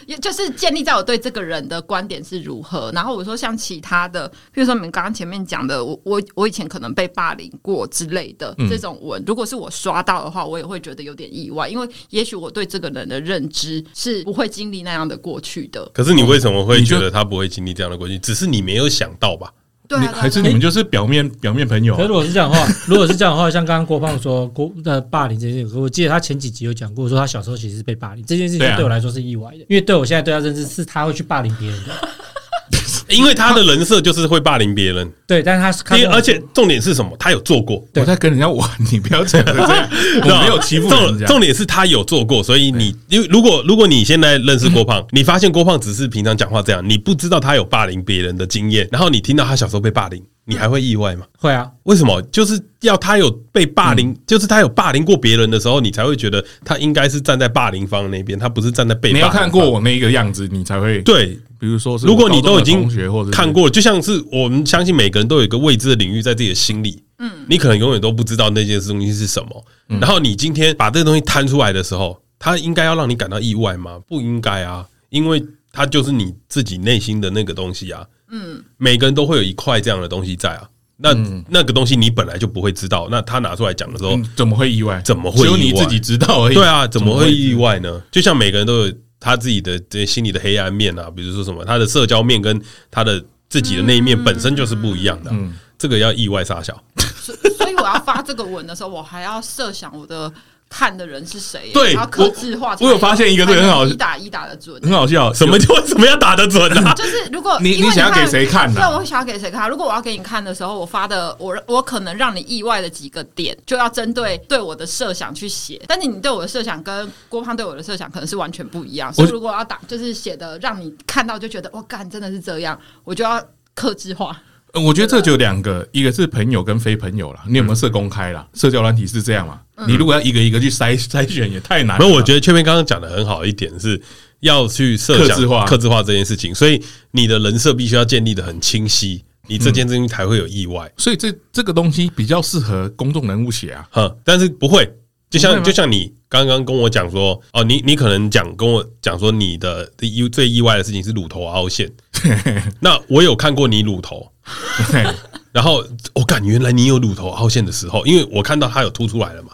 Speaker 3: 也就是建立在我对这个人的观点是如何。然后我说像其他的，比如说你们刚刚前面讲的，我我我以前可能被霸凌过之类的、
Speaker 1: 嗯
Speaker 3: 这种文，如果是我刷到的话，我也会觉得有点意外，因为也许我对这个人的认知是不会经历那样的过去的。
Speaker 2: 可是你为什么会
Speaker 1: 哦你就
Speaker 2: 觉得他不会经历这样的过去？只是你没有想到吧？
Speaker 3: 对啊，
Speaker 1: 你
Speaker 3: 对啊
Speaker 1: 还是
Speaker 3: 对啊
Speaker 1: 你们就是表面表面朋友啊
Speaker 4: 可是如果是这样的话，如果是这样的话，像刚刚郭胖说郭呃霸凌这件事，我记得他前几集有讲过，说他小时候其实是被霸凌这件事情
Speaker 1: 对啊
Speaker 4: 对我来说是意外的，因为对我现在对他认知是他会去霸凌别人的，
Speaker 2: 因为他的人设就是会霸凌别人，
Speaker 4: 对，但是他是
Speaker 2: 因
Speaker 4: 看
Speaker 2: 为
Speaker 4: 到
Speaker 2: 而且重点是什么？他有做过，
Speaker 1: 我在跟人家玩，你不要这样子，这样
Speaker 2: 啊
Speaker 1: 我没有欺负人
Speaker 2: 重
Speaker 1: 家。
Speaker 2: 重点是他有做过，所以你因为如果如果你现在认识郭胖，你发现郭胖只是平常讲话这样，你不知道他有霸凌别人的经验，然后你听到他小时候被霸凌，你还会意外吗？
Speaker 4: 会啊，
Speaker 2: 为什么？就是要他有被霸凌，
Speaker 1: 嗯
Speaker 2: 就是他有霸凌过别人的时候，你才会觉得他应该是站在霸凌方那边，他不是站在被霸
Speaker 1: 你
Speaker 2: 凌
Speaker 1: 要
Speaker 2: 方。
Speaker 1: 看过我那个样子，你才会。
Speaker 2: 对，
Speaker 1: 比如说是我
Speaker 2: 如果你
Speaker 1: 高中
Speaker 2: 都
Speaker 1: 的
Speaker 2: 已经
Speaker 1: 同学或者是
Speaker 2: 看，过了，就像是我们相信每个人都有一个未知的领域在自己的心里，嗯，你可能永远都不知道那件东西是什么。
Speaker 1: 嗯
Speaker 2: 然后你今天把这个东西摊出来的时候，它应该要让你感到意外吗？不应该啊，因为它就是你自己内心的那个东西啊。嗯，每个人都会有一块这样的东西在啊。那、那个东西你本来就不会知道，那他拿出来讲的时候，
Speaker 1: 嗯怎么会意外？
Speaker 2: 怎么会
Speaker 1: 只有
Speaker 2: 意
Speaker 1: 你
Speaker 2: 外
Speaker 1: 自己知道而已。
Speaker 2: 对啊，怎么会意
Speaker 1: 外？
Speaker 2: 外呢？就像每个人都有他自己的这心里的黑暗面啊，比如说什么，他的社交面跟他的自己的那一面本身就是不一样的啊、这个要意外傻小。
Speaker 3: 所以我要发这个文的时候，我还要设想我的看的人是谁，
Speaker 1: 对
Speaker 3: 然后克制化才
Speaker 1: 我
Speaker 3: 能。
Speaker 1: 我有发现一个对很好
Speaker 3: 才能一打一打的准，
Speaker 1: 很好笑，
Speaker 2: 什么叫 怎么样打得准啊？
Speaker 3: 就是如果
Speaker 1: 你
Speaker 3: 因为
Speaker 1: 你想要
Speaker 3: 看
Speaker 1: 给谁看啊呐
Speaker 3: 对，我想要给谁看？如果我要给你看的时候，我发的我我可能让你意外的几个点，就要针对对我的设想去写。但是你对我的设想跟郭胖对我的设想可能是完全不一样。所以如果要打，就是写的让你看到就觉得哇，干真的是这样，我就要克制化。
Speaker 1: 呃我觉得这就有两个，一个是朋友跟非朋友啦，
Speaker 2: 嗯
Speaker 1: 你有没有设公开啦？社交软体是这样嘛？
Speaker 3: 嗯
Speaker 1: 你如果要一个一个去筛筛选，也太难了
Speaker 2: 没
Speaker 1: 吧。
Speaker 2: 有，我觉得雀边刚刚讲的很好一点是要去设想
Speaker 1: 客制化
Speaker 2: 客制化这件事情，所以你的人设必须要建立的很清晰，你这件事情才会有意外。
Speaker 1: 所以这这个东西比较适合公众人物写 啊。
Speaker 2: 哈、但是不会，
Speaker 1: 不会
Speaker 2: 就像
Speaker 1: 吗
Speaker 2: 就像你刚刚跟我讲说，哦，你你可能讲跟我讲说你的意最意外的事情是乳头 凹陷，那我有看过你乳头。
Speaker 1: 嘿
Speaker 2: 然后我感、原来你有乳头凹陷的时候，因为我看到它有凸出来了嘛。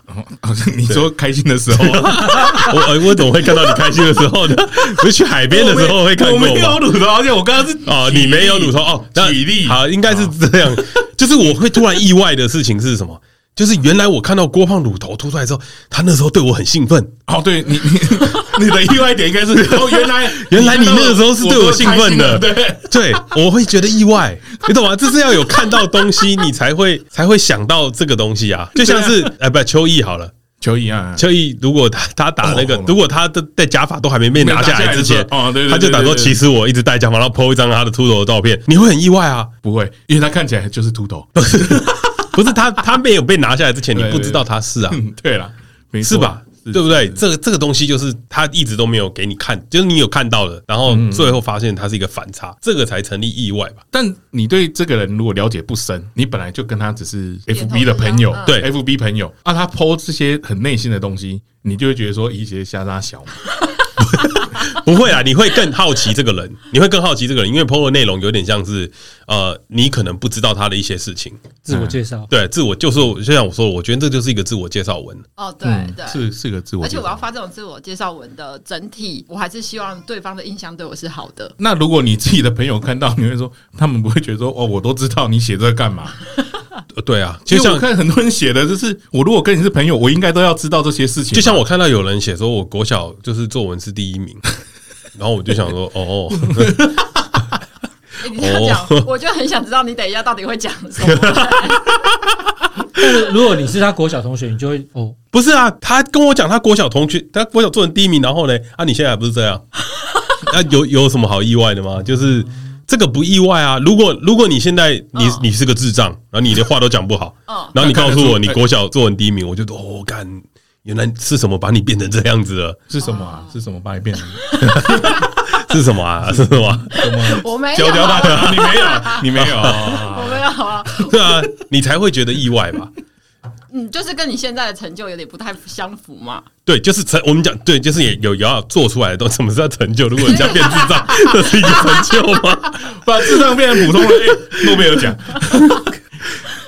Speaker 1: 你说开心的时候啊，
Speaker 2: 我呃我怎么会看到你开心的时 候呢？不是去海边的时候会看过
Speaker 1: 我
Speaker 2: 吗？
Speaker 1: 没有乳头，而且我刚刚是
Speaker 2: 哦，你没有乳头哦，那
Speaker 1: 体力
Speaker 2: 好，应该是
Speaker 1: 哦
Speaker 2: 这样。就是我会突然意外的事情是什么？就是原来我看到郭胖乳头凸出来之后，他那时候对我很兴奋。
Speaker 1: 哦，对你你你的意外点应该是 哦，原来
Speaker 2: 原来你那个时候是对我
Speaker 1: 我
Speaker 2: 兴奋的
Speaker 1: 的，对。
Speaker 2: 对，我会觉得 意外，你懂吗？这是要有看到东西，你才会才会想到这个东西啊。就像是哎，不，秋意好了，
Speaker 1: 球啊一样，
Speaker 2: 秋意如果他他打那个
Speaker 1: 哦，
Speaker 2: 如果他的戴假发都还没被拿下来之前
Speaker 1: 没拿下来的时，候哦对对对
Speaker 2: 他就打说，
Speaker 1: 对对对
Speaker 2: 其实我一直戴假发，然后 PO 一张他的秃头的照片，你会很意外啊。
Speaker 1: 不会，因为他看起来就是秃头。
Speaker 2: 不是他，他没有被拿下来之前，你
Speaker 1: 对对
Speaker 2: 不知道他是啊，
Speaker 1: 嗯， 对了，没错
Speaker 2: 是吧？
Speaker 1: 是
Speaker 2: 对不对？
Speaker 1: 是
Speaker 2: 这个这个东西就是他一直都没有给你看，就是你有看到的，然
Speaker 1: 嗯
Speaker 2: 后最后发现它是一个反差，这个才成立意外吧？
Speaker 1: 但你对这个人如果了解不深，你本来就跟他只是
Speaker 3: 点头
Speaker 1: FB 的朋友
Speaker 3: 之，交
Speaker 2: 对
Speaker 1: ，FB 朋友啊，他 PO 这些很内心的东西，你就会觉得说一些瞎拉小嘛，
Speaker 2: 不会啊，你会更好奇这个人，你会更好奇这个人，因为 PO 的内容有点像是呃，你可能不知道他的一些事情，
Speaker 4: 自
Speaker 1: 嗯
Speaker 4: 我介绍，
Speaker 2: 对，自我就是我就像我说的，我觉得这就是一个自我介绍文，
Speaker 3: 哦，对
Speaker 1: 嗯
Speaker 3: 对。
Speaker 1: 是是个自我
Speaker 3: 而
Speaker 1: 介
Speaker 3: 且
Speaker 1: 绍。
Speaker 3: 我要发这种自我介绍文的整体，我还是希望对方的印象对我是好的。
Speaker 1: 那如果你自己的朋友看到，你会说他们不会觉得说哦，我都知道你写这个干嘛？
Speaker 2: 呃对啊，
Speaker 1: 其
Speaker 2: 就
Speaker 1: 实我
Speaker 2: 像
Speaker 1: 看很多人写的，就是我如果跟你是朋友，我应该都要知道这些事情吧。
Speaker 2: 就像我看到有人写说，我国小就是作文是第一名，然后我就想说，哦。
Speaker 3: 欸、你这样讲，我就很想知道你等一下到底会讲什 么。
Speaker 4: 但是如果你是他国小同学，你就会哦，
Speaker 2: 不是啊，他跟我讲他国小同学，他国小做成第一名，然后呢，啊，你现在还不是这 样，那、有有什么好意外的吗？就是这个不意外啊。如果如果你现在你、
Speaker 3: 嗯
Speaker 2: 你是个智障，然后你连话都讲不好，
Speaker 3: 嗯
Speaker 2: 然后你告诉
Speaker 1: 看得
Speaker 2: 我
Speaker 1: 出
Speaker 2: 你国小作文第一名，我就说哦，干，原来是什么把你变成这样子了？
Speaker 1: 是什么啊？是什么把你变成
Speaker 2: 是什么啊？是什么、啊？
Speaker 1: 什么
Speaker 3: 我没有
Speaker 1: 教教
Speaker 3: 啊，
Speaker 1: 大家？你没有， 你没有啊。
Speaker 3: 我没有啊，
Speaker 2: 对啊，你才会觉得意外吧？
Speaker 3: 嗯，就是跟你现在的成就有点不太相符嘛。
Speaker 2: 对，就是成我们讲，对，就是也有也要做出来的东西。什么是叫成就？如果人家变智障， 这是一个成就吗？
Speaker 1: 把智障变成普通人，哎诺贝尔奖。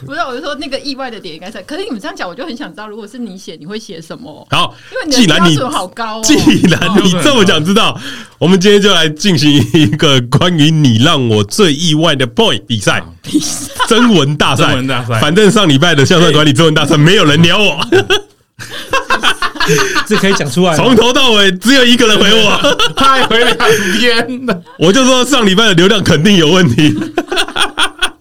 Speaker 3: 不是，我就说那个意外的点应该是，可是你们这样讲，我就很想知道，如果是你写，你会写什么？
Speaker 2: 好
Speaker 3: 因为，
Speaker 2: 既
Speaker 3: 你的
Speaker 2: 然
Speaker 3: 标
Speaker 2: 你
Speaker 3: 准好高哦。
Speaker 2: 既然你这么想知道，我们今天就来进行一个关于你让我最意外的 point 比赛，
Speaker 3: 比赛
Speaker 2: 征文大赛，
Speaker 1: 征文大赛哎
Speaker 2: 反正上礼拜的校算管理征文大赛没有人鸟我，
Speaker 4: 这可以讲出来吗。
Speaker 2: 从头到尾只有一个人回 我，
Speaker 1: 太回两边了。
Speaker 2: 我就说上礼拜的流量肯定有问题。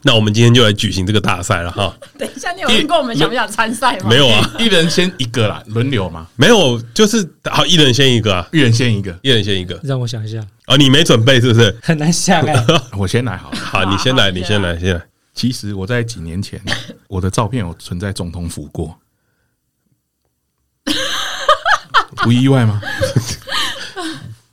Speaker 2: 那我们今天就来举行这个大赛了哈，
Speaker 3: 等一下，你有问过我们想不想参赛吗？
Speaker 2: 没有啊，
Speaker 1: 一人先一个啦，轮流嘛，
Speaker 2: 没有，就是好，一人先一个啊，
Speaker 1: 一人先一个。
Speaker 2: 一人先一个
Speaker 4: 让我想一下，
Speaker 2: 啊，你没准备是不是？
Speaker 4: 很难想 哎、
Speaker 1: 我先来好了。
Speaker 2: 好，你先来，你先来，先来。
Speaker 1: 其实我在几年 前，我的照片有存在总统府过，不意外 吗？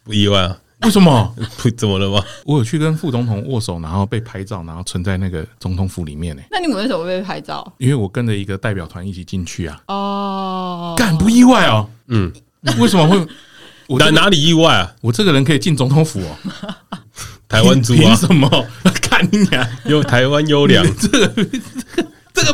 Speaker 2: 不意外啊，
Speaker 1: 为什么？
Speaker 2: 不怎么了吗？
Speaker 1: 我有去跟副总统握手，然后被拍照，然后存在那个总统府里面呢、
Speaker 3: 那你们为什么被拍照？
Speaker 1: 因为我跟着一个代表团一起进去啊，
Speaker 3: 哦，
Speaker 1: 干不意外哦。
Speaker 2: 嗯，
Speaker 1: 为什么会？我
Speaker 2: 哪
Speaker 1: 这个
Speaker 2: 哪里意外啊？
Speaker 1: 我这个人可以进总统府哦？
Speaker 2: 台湾猪
Speaker 1: 凭
Speaker 2: 啊，
Speaker 1: 什么？ 看你俩，
Speaker 2: 有台湾优良，
Speaker 1: 这个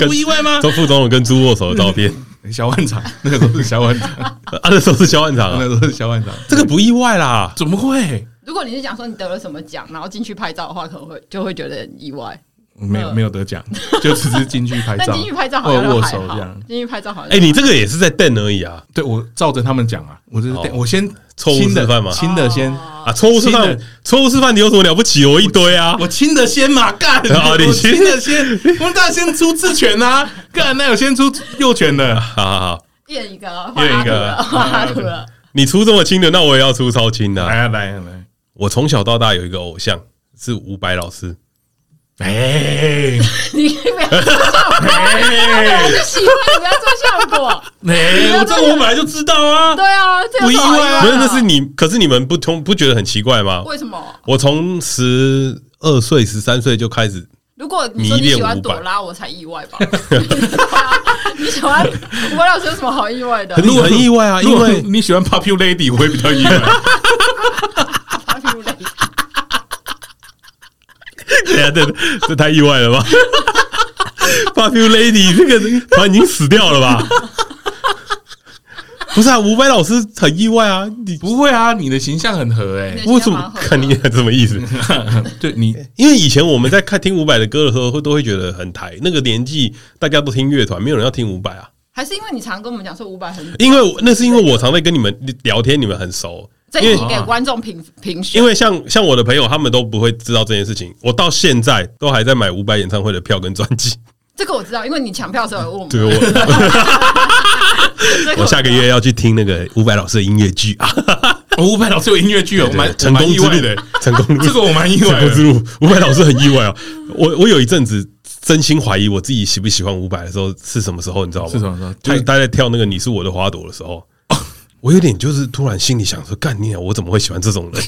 Speaker 1: 不意外吗？
Speaker 2: 周副总统跟猪握手的照片
Speaker 1: 小万长， 那个时候是小 万长，
Speaker 2: 啊，那时候是萧万长
Speaker 1: 那
Speaker 2: 啊，
Speaker 1: 个时候是小万长，
Speaker 2: 这个不意外啦。
Speaker 1: 怎么会？
Speaker 3: 如果你是讲说你得了什么奖，然后进去拍照的话，可能会就会觉得很意外。
Speaker 1: 没有没有得奖，就只是进去拍
Speaker 3: 但
Speaker 1: 照
Speaker 3: 进去拍照好
Speaker 1: 握
Speaker 3: 像
Speaker 1: 握
Speaker 3: 还
Speaker 1: 手
Speaker 3: 好
Speaker 1: 这样。
Speaker 3: 进去拍照好像
Speaker 2: 哎，你这个也是在瞪而已啊
Speaker 1: 对我照着他们讲啊，我就是
Speaker 2: 哦
Speaker 1: 我先
Speaker 2: 错误
Speaker 1: 亲的
Speaker 2: 示范嘛
Speaker 1: 亲的先，
Speaker 3: 哦
Speaker 2: 啊！错误示
Speaker 1: 新
Speaker 2: 范
Speaker 1: 的，嗯
Speaker 2: 错误示范，你有什么了不起？我一堆啊！
Speaker 1: 我亲的先嘛， 干！
Speaker 2: 哦你
Speaker 1: 我亲的先，我们当然先出自权啊，干！那有先出右拳的，
Speaker 2: 好好好，
Speaker 3: 验一个，啊
Speaker 2: 验一个啊
Speaker 3: 画阿图了，
Speaker 2: 你出这么轻的，那我也要出超轻的啊。
Speaker 1: 来啊来啊来啊！
Speaker 2: 我从小到大有一个偶像是伍佰老师，
Speaker 1: 哎
Speaker 3: 你不要
Speaker 1: 哎
Speaker 3: 是喜欢，不要做效果。
Speaker 1: 哎，我这我本来就知道啊，
Speaker 3: 对啊，这
Speaker 1: 不
Speaker 3: 有
Speaker 1: 意
Speaker 3: 什
Speaker 1: 外
Speaker 3: 么好意外
Speaker 1: 啊
Speaker 3: 的？
Speaker 2: 不是那是你，可是你们不通不觉得很奇怪吗？
Speaker 3: 为什么？
Speaker 2: 我从十二岁、十三岁就开始，
Speaker 3: 如果你说
Speaker 2: 迷
Speaker 3: 你
Speaker 2: 恋
Speaker 3: 喜欢
Speaker 2: 伍佰
Speaker 3: 朵拉，我才意外吧。你喜欢我老师有什么好意外的
Speaker 2: 很
Speaker 1: 如果
Speaker 2: 很意外啊，因
Speaker 1: 如果
Speaker 2: 为
Speaker 1: 你喜欢 Papu Lady，我会比较意外。
Speaker 3: ？Happy Day
Speaker 2: 对啊，对， 这太意外了吧？Papu Lady 这个团已经死掉了吧？不是啊，伍佰老师很意外啊，你
Speaker 1: 不会啊，你的形象很合哎、
Speaker 3: 对
Speaker 2: 为什么
Speaker 3: 蛮好的
Speaker 2: 看你什么意思？
Speaker 1: 对你
Speaker 2: 因为以前我们在看听伍佰的歌的时候，会都会觉得很台。那个年纪大家都听乐团，没有人要听伍佰啊。
Speaker 3: 还是因为你常跟我们讲说伍佰很，
Speaker 2: 因为我那是因为我常在跟你们聊天，你们很熟。
Speaker 3: 这
Speaker 2: 因
Speaker 3: 一
Speaker 2: 为
Speaker 3: 题给观众评评选，
Speaker 2: 因为像像我的朋友，他们都不会知道这件事情。我到现在都还在买伍佰演唱会的票跟专辑。
Speaker 3: 这个我知道，因为你抢票的时候有问我们。
Speaker 2: 对我，
Speaker 3: 这
Speaker 2: 我下个
Speaker 3: 知道
Speaker 2: 月要去听那个伍佰老师的音乐剧啊，
Speaker 1: 伍佰老师有音乐剧哦，我蛮
Speaker 2: 成功之
Speaker 1: 我蛮
Speaker 2: 路
Speaker 1: 意外的，，
Speaker 2: 成功之
Speaker 1: 这
Speaker 2: 路，
Speaker 1: 个我蛮意
Speaker 2: 成
Speaker 1: 外
Speaker 2: 功之
Speaker 1: 的。
Speaker 2: 路。伍佰老师很意外哦，我我有一阵子真心怀疑我自己喜不喜欢伍佰的时候是什么时候，你知道吗？
Speaker 1: 是什么时候哦
Speaker 2: 就
Speaker 1: 就是是
Speaker 2: 他在跳那个《你是我的花朵》的时候。我有点就是突然心里想说，干你、啊，我怎么会喜欢这种人？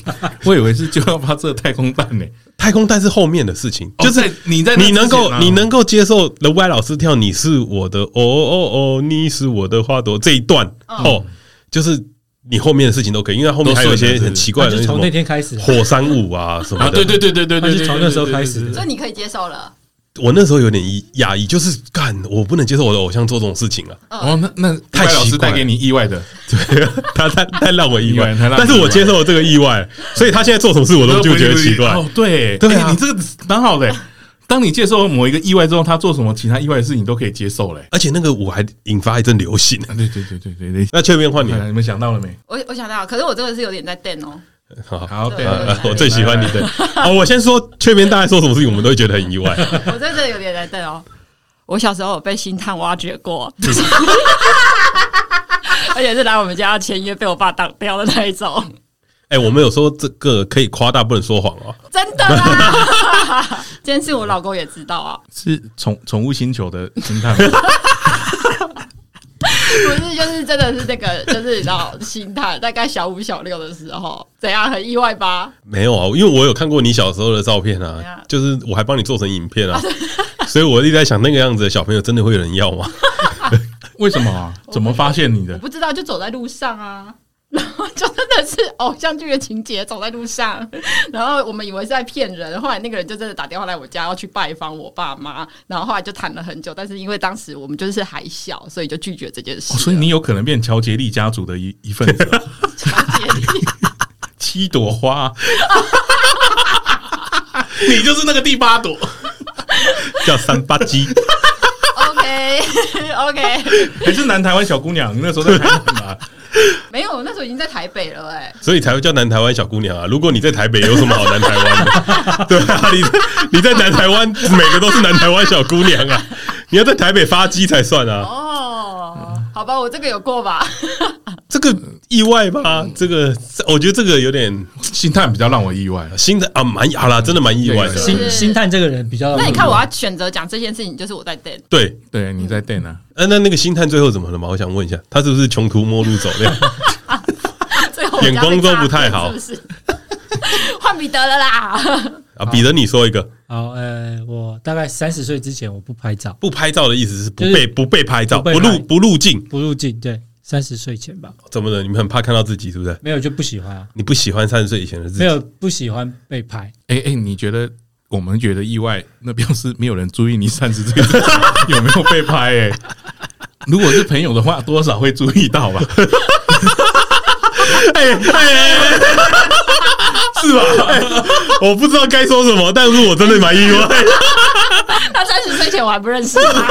Speaker 1: 我以为是就要发射太空弹呢、
Speaker 2: 太空蛋是后面的事情，
Speaker 1: 就
Speaker 2: 就是是
Speaker 1: 你哦在那
Speaker 2: 你能
Speaker 1: 之前
Speaker 2: 够
Speaker 1: 啊
Speaker 2: 你能够接受 The Y 老师跳你是我的哦哦哦，你是我的花朵这一段哦，就是你后面的事情都可以，因为后面还有一
Speaker 1: 都顺
Speaker 2: 些
Speaker 1: 了是不是
Speaker 2: 很奇怪
Speaker 4: 他
Speaker 2: 的
Speaker 4: 就
Speaker 2: 那
Speaker 4: 从
Speaker 2: 种
Speaker 4: 那天开始啊，
Speaker 2: 火山舞啊什么
Speaker 1: 啊，
Speaker 2: 的。
Speaker 1: 对对对对对对
Speaker 4: 他
Speaker 1: 对，
Speaker 4: 是从那时候开始的
Speaker 3: 所以你可以接受了。
Speaker 2: 我那时候有点压抑，就是干我不能接受我的偶像做这种事情啊，
Speaker 1: 哦，那那
Speaker 2: 太
Speaker 1: 太老
Speaker 2: 奇
Speaker 1: 师
Speaker 2: 怪
Speaker 1: 带给你意外的，
Speaker 2: 对，他太太让我意
Speaker 1: 意
Speaker 2: 外
Speaker 1: 外太，让你
Speaker 2: 但是我接受了这个意外，所以他现在做什么事我都就觉得奇怪。
Speaker 1: 哦，对
Speaker 2: 对啊
Speaker 1: 哎你这个蛮好的、当你接受某一个意外之后，他做什么其他意外的事情都可以接受嘞、
Speaker 2: 而且那个舞还引发一阵流行。
Speaker 1: 啊，对对对对对对，
Speaker 2: 那确边换你
Speaker 1: 看，来你们想到了没？
Speaker 3: 我我想到，可是我这个是有点在电哦。
Speaker 2: 好，
Speaker 1: 哎好，哎对，
Speaker 2: 呃
Speaker 1: 对
Speaker 2: 我最喜欢你。
Speaker 1: 对
Speaker 2: 的。哦，我先说确边大概说什么事情，我们都会觉得很 意外。
Speaker 3: 我在这里有点在瞪哦。我小时候有被星探挖掘过，而且是来我们家签约被我爸挡掉的那一种，
Speaker 2: 哎，我们有说这个可以夸大，不能说谎哦。
Speaker 3: 真的 啦。这件事我老公也知道啊，
Speaker 1: 是宠宠物星球的星探吗，
Speaker 3: 不是就是真的是那个就是你知道星探，大概小五小六的时候，怎样很意外吧？
Speaker 2: 没有啊，因为我有看过你小时候的照片
Speaker 3: 对
Speaker 2: 啊
Speaker 3: 啊，
Speaker 2: 就是我还帮你做成影片 啊，所以我一直在想，那个样子的小朋友真的会有人要 吗？
Speaker 1: 为什么啊？怎么发现你
Speaker 3: 我
Speaker 1: 的？
Speaker 3: 不知道，就走在路上啊。 然后就真的是偶像剧的情节，走在路上，然后我们以为是在骗人，后来那个人就真的打电话来我家要去拜访我爸妈，然后后来就谈了很久，但是因为当时我们就是还小，所以就拒绝这件 事
Speaker 1: 哦
Speaker 3: 了、
Speaker 1: 所以你有可能变乔杰利家族的一一份子 啊，
Speaker 3: 乔杰
Speaker 1: 七朵花， 你就是那个第八朵。
Speaker 2: 叫三八鸡，
Speaker 3: ，OK OK，
Speaker 1: 还是南台湾小姑娘，你那时候在台湾 吧？
Speaker 3: 没有，那时候已经在台北了、哎，
Speaker 2: 所以才会叫南台湾小姑娘啊。如果你在台北，有什么好南台湾 的？对啊，你你在南台湾，每个都是南台湾小姑娘啊。你要在台北发鸡才算啊，
Speaker 3: 哦，好吧，我这个有过吧，
Speaker 2: 这个意外吧？这个我觉得这个有点
Speaker 1: 星探比较让我意外，
Speaker 2: 新的啊，蛮好
Speaker 4: 嗯
Speaker 2: 啦，真的蛮意外
Speaker 1: 对
Speaker 2: 的。
Speaker 1: 对
Speaker 4: 星
Speaker 3: 是
Speaker 4: 星探这个人比
Speaker 2: 嗯
Speaker 4: 较，
Speaker 3: 那你看我要选择讲这件事情，就是我在 d
Speaker 2: 对，
Speaker 1: 对，你在啊 d 呢？
Speaker 2: 呃，那那个星探最后怎么了嘛？我想问一下，他是不是穷途末路走啊了？
Speaker 3: 最后我们家被
Speaker 2: 眼光都不
Speaker 3: 诈
Speaker 2: 太
Speaker 3: 骗
Speaker 2: 好
Speaker 3: 是不是？ 换彼得了啦。
Speaker 2: 啊，彼得，你说一个
Speaker 4: 好，呃，我大概三十岁之前我不拍照，
Speaker 2: 不拍照的意思是不
Speaker 4: 就是
Speaker 2: 被不被拍照，
Speaker 4: 不被
Speaker 2: 不
Speaker 4: 拍
Speaker 2: 入不入境，
Speaker 4: 不入境，对，三十岁前吧，
Speaker 2: 怎么了？你们很怕看到自己是不是？
Speaker 4: 没有就不喜欢啊，
Speaker 2: 你不喜欢三十岁以前的自
Speaker 4: 没
Speaker 2: 己？
Speaker 4: 有不喜欢被拍，
Speaker 1: 哎哎，你觉得我们觉得意外，那表示没有人注意你三十岁有没有被拍？ 哎，如果是朋友的话，多少会注意到吧？
Speaker 2: 哎哎，是吧？我不知道该说什么，但是我真的蛮意外。
Speaker 3: 他三十岁前我还不认识他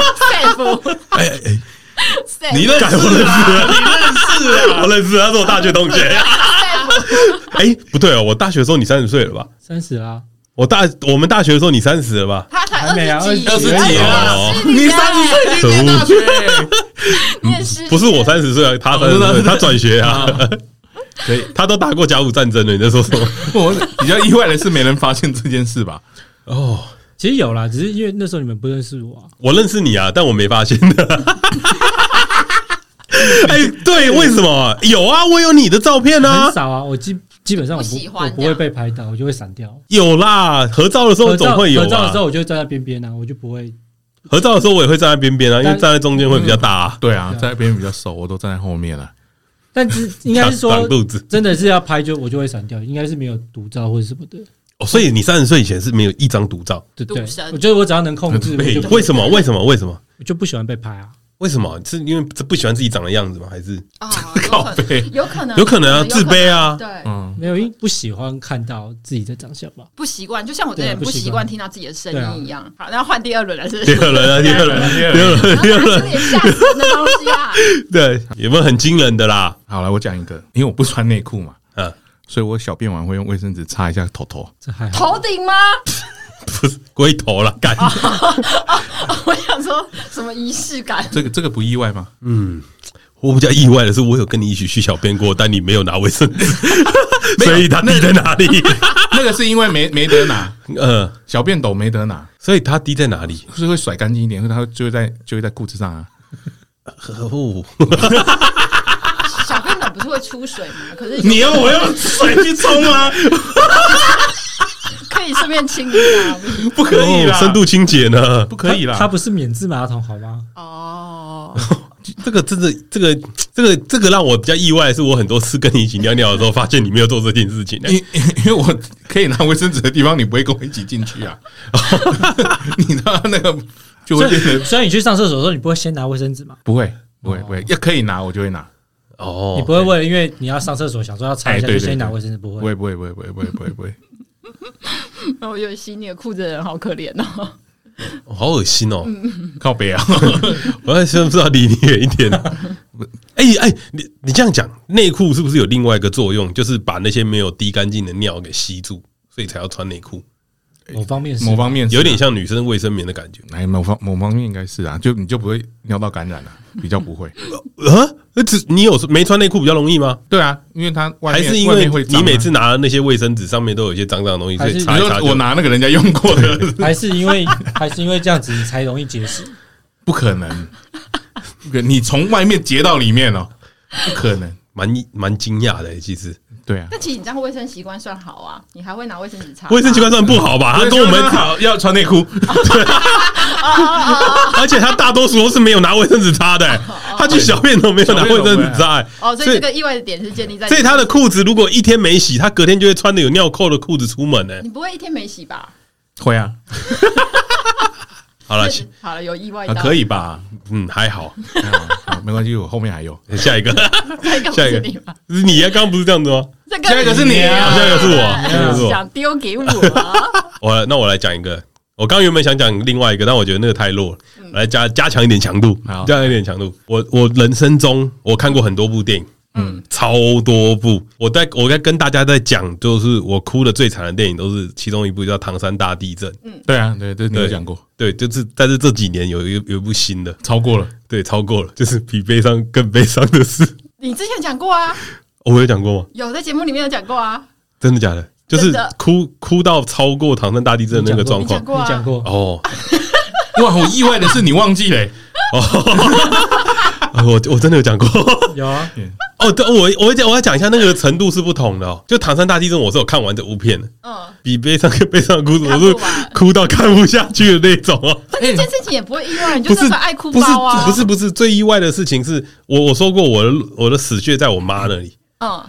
Speaker 3: ，safe
Speaker 2: 哎哎哎，
Speaker 3: safe，
Speaker 2: 你认识？我认识啊，你认识啊，我认识，他是我大学同学。哎，不对哦，我大学的时候你三十岁了吧？
Speaker 4: 三十啊啦，
Speaker 2: 我大我们大学的时候你三十了吧？
Speaker 3: 他才
Speaker 4: 还没啊
Speaker 3: 二十几，
Speaker 4: 二十哦
Speaker 1: 几
Speaker 2: 了
Speaker 1: 你三十岁已经念大学欸，
Speaker 3: 你很失礼
Speaker 2: 不是我三十岁啊，他三十
Speaker 1: 哦
Speaker 2: 岁，
Speaker 1: 真的
Speaker 2: 他转学啊，
Speaker 1: 可以。
Speaker 2: 他都打过甲午战争了，你在说什么？
Speaker 1: 我比较意外的是，没人发现这件事吧？
Speaker 2: 哦，
Speaker 4: 其实有啦，只是因为那时候你们不认识我、啊，
Speaker 2: 我认识你啊，但我没发现 的。哎，对，为什么有啊？我有你的照片啊
Speaker 4: 很，少啊，我基基本上我
Speaker 3: 不喜欢
Speaker 4: 我不
Speaker 3: 这
Speaker 4: 会
Speaker 3: 样
Speaker 4: 被拍到，我就会闪掉。
Speaker 2: 有啦。合照的时候
Speaker 4: 合
Speaker 2: 总
Speaker 4: 照
Speaker 2: 会有
Speaker 4: 合照的
Speaker 2: 啊
Speaker 4: 时，候我就站在边边啊，我就不会。
Speaker 2: 合照的时候我也会站在边边啊，因为
Speaker 4: 但
Speaker 2: 站在中间会比较大啊，
Speaker 1: 对啊，
Speaker 4: 对啊
Speaker 1: 在边比较熟，我都站在后面啊了。
Speaker 4: 但是嗯应该是
Speaker 2: 挡
Speaker 4: 说，
Speaker 2: 肚子。
Speaker 4: 真的是要拍就我就会闪掉，应该是没有独照或者什么的，
Speaker 2: 哦，所以你三十岁以前是没有一张独照，
Speaker 4: 对不对
Speaker 3: 独身？
Speaker 4: 我觉得我只要能控制，我
Speaker 2: 哎
Speaker 4: 就不
Speaker 2: 为什么？为什么？为什么？
Speaker 4: 我就不喜欢被拍啊。
Speaker 2: 为什么？是因为不喜欢自己长的样子吗？还是
Speaker 3: 啊，
Speaker 1: 靠背，
Speaker 3: 有可
Speaker 4: 嗯
Speaker 3: 能，
Speaker 2: 有可能啊，自卑啊？
Speaker 3: 对，
Speaker 1: 嗯，
Speaker 4: 没有，因为不喜欢看到自己的长相吧。
Speaker 3: 不习惯，就像我之
Speaker 4: 对啊
Speaker 3: 前
Speaker 4: 不
Speaker 3: 不
Speaker 4: 习
Speaker 3: 习
Speaker 4: 惯啊
Speaker 3: 惯听到自己的声音一样。好，那换第二轮了，是不
Speaker 2: 第
Speaker 3: 是？
Speaker 2: 二轮啊，第二轮，
Speaker 1: 第二
Speaker 2: 第二
Speaker 1: 轮
Speaker 2: 轮，第二
Speaker 3: 有
Speaker 2: 轮，
Speaker 3: 点吓死人的东西啊！
Speaker 2: 对，有没有很惊人的啦？
Speaker 1: 好了，我讲一个，因为我不穿内裤嘛，
Speaker 2: 嗯，
Speaker 1: 所以我小便完会用卫生纸擦一下头头。
Speaker 4: 这还好，
Speaker 3: 头顶吗？
Speaker 2: 不是龟头啦，干，
Speaker 3: 我想说什么仪式感？
Speaker 1: 这个这个不意外吗？
Speaker 2: 嗯。我比较意外的是，我有跟你一起去小便过，但你没有拿卫生 纸，所以他滴在哪里？
Speaker 1: 那个是因为没没得拿
Speaker 2: 呃，
Speaker 1: 小便斗，没得拿，
Speaker 2: 所以他滴在哪里？
Speaker 1: 就是会甩干净一点，所以它就会在就会在裤子上啊。
Speaker 2: 哦，
Speaker 3: 小便斗不是会出水吗？可是
Speaker 1: 你要我用水去冲吗？
Speaker 2: 哦
Speaker 3: 可以顺便清一下
Speaker 1: 不可以啦，
Speaker 2: 深度清洁呢
Speaker 1: 不？可以啦。
Speaker 4: 它不是免治马桶好吗？
Speaker 3: 哦。
Speaker 2: 这个真的，这个，这个，这个让我比较意外的是，我很多次跟你一起尿尿的时候，发现你没有做这件事情、
Speaker 1: 因 因为我可以拿卫生纸的地方，你不会跟我一起进去啊。 你到那个就会
Speaker 4: 所
Speaker 1: 变
Speaker 4: 以
Speaker 1: 成
Speaker 4: 所以你去上厕所的时候，你不会先拿卫生纸吗？
Speaker 1: 不会不会不会，要可以拿我就会拿，
Speaker 2: 哦，
Speaker 4: 你不会为了因为你要上厕所想说要擦一下
Speaker 1: 哎对
Speaker 4: 就
Speaker 1: 对
Speaker 4: 先拿
Speaker 1: 对
Speaker 4: 卫生纸，不
Speaker 1: 不
Speaker 4: 会。
Speaker 1: 会不会不会不会不会不会不会。
Speaker 3: 然后我觉得洗你的裤子的人好可怜哦。
Speaker 2: 哦好恶心哦！
Speaker 1: 靠北啊！
Speaker 2: 我在想是不是要离你远一点、啊？ 哎哎、你你这样讲，内裤是不是有另外一个作用，就是把那些没有滴干净的尿给吸住，所以才要穿内裤，
Speaker 4: 某方面是
Speaker 1: 某方面是啊
Speaker 2: 有点，像女生卫生棉的感觉。
Speaker 1: 哎，某方某方面应该是啊，就你就不会尿到感染了、比较不会。
Speaker 2: 啊，那只你有没穿内裤比较容易吗？
Speaker 1: 对啊，因为它外
Speaker 2: 还
Speaker 1: 面
Speaker 2: 是因
Speaker 1: 外
Speaker 2: 为
Speaker 1: 面会脏
Speaker 2: 你
Speaker 1: 啊
Speaker 2: 每次拿的那些卫生纸上面都有一些脏脏的东西，所
Speaker 4: 还
Speaker 2: 以
Speaker 4: 是
Speaker 1: 你
Speaker 2: 擦一擦
Speaker 1: 说
Speaker 2: 就
Speaker 1: 我拿那个人家用过的，
Speaker 4: 还是因为 还是因为这样子你才容易结石。
Speaker 1: 不可能，不可你从外面截到里面哦，不可能。
Speaker 2: 蛮蛮惊讶的、欸其实
Speaker 1: 对啊，
Speaker 3: 但其实你这样卫生习惯算好啊，你还会拿卫生纸擦
Speaker 2: 卫生习惯算不好吧？他跟我们
Speaker 1: 好要穿内裤，
Speaker 3: 哦
Speaker 2: 而且他大多数都是没有拿卫生纸擦的、 欸他去小便都没有拿卫生纸擦、欸
Speaker 3: 哦，所以这个意外的点是建立在你
Speaker 2: 所以他的裤子如果一天没洗，他隔天就会穿的有尿扣的裤子出门呢、欸
Speaker 3: 你不会一天没洗吧？
Speaker 1: 会啊，
Speaker 2: 好了，
Speaker 3: 是好了，有意外
Speaker 1: 啊
Speaker 3: 到
Speaker 1: 可 以吧？
Speaker 2: 嗯，还好。
Speaker 1: 啊好没关系，我后面还有。
Speaker 2: 下一个，
Speaker 3: 下一个不
Speaker 2: 下一
Speaker 3: 是
Speaker 2: 个
Speaker 3: 你吧？，
Speaker 2: 是你啊，刚刚不是这样子吗？
Speaker 3: 这个
Speaker 1: 下一个是你啊
Speaker 2: 啊，下一个是我，下一个是我。
Speaker 3: 想丢给我啊，
Speaker 2: 我那我来讲一个，我刚原本想讲另外一个，但我觉得那个太弱了，我来加加强一点强度，
Speaker 1: 好
Speaker 2: 加强一点强度。我我人生中我看过很多部电影。嗯，超多部。我在我在跟大家在讲，就是我哭的最惨的电影，都是其中一部叫《唐山大地震》。
Speaker 1: 对啊，对，这你有讲过，
Speaker 2: 对，就是但是这几年有一有一部新的，
Speaker 1: 超过了。
Speaker 2: 对，超过了， 就是比悲伤更悲伤的事。
Speaker 3: 你之前讲过啊，
Speaker 2: 哦我有讲过吗？
Speaker 3: 有在节目里面有讲过啊，
Speaker 2: 真的假的？就是
Speaker 3: 真的
Speaker 2: 哭哭到超过唐山大地震的那个状
Speaker 3: 你讲
Speaker 2: 况。
Speaker 3: 过
Speaker 4: 你讲
Speaker 3: 啊，
Speaker 4: 过，
Speaker 2: 哦，
Speaker 1: 哇，我意外的是你忘记嘞，
Speaker 2: 啊我 我真的有讲过。
Speaker 4: 有啊，
Speaker 2: 哦，对，我我讲我要讲一下那个程度是不同的哦。就唐山大地震，我是有看完这部片的，
Speaker 3: 嗯，
Speaker 2: 比悲伤更悲伤的故事，我
Speaker 3: 看不
Speaker 2: 是
Speaker 3: 完
Speaker 2: 哭到看不下去的那种哦。
Speaker 3: 但这件事情也 不会意外，你
Speaker 2: 不
Speaker 3: 就是
Speaker 2: 是
Speaker 3: 个爱哭
Speaker 2: 不是
Speaker 3: 包啊，
Speaker 2: 哎不，是不是，最意外的事情是我我说过我的我的死穴在我妈那里。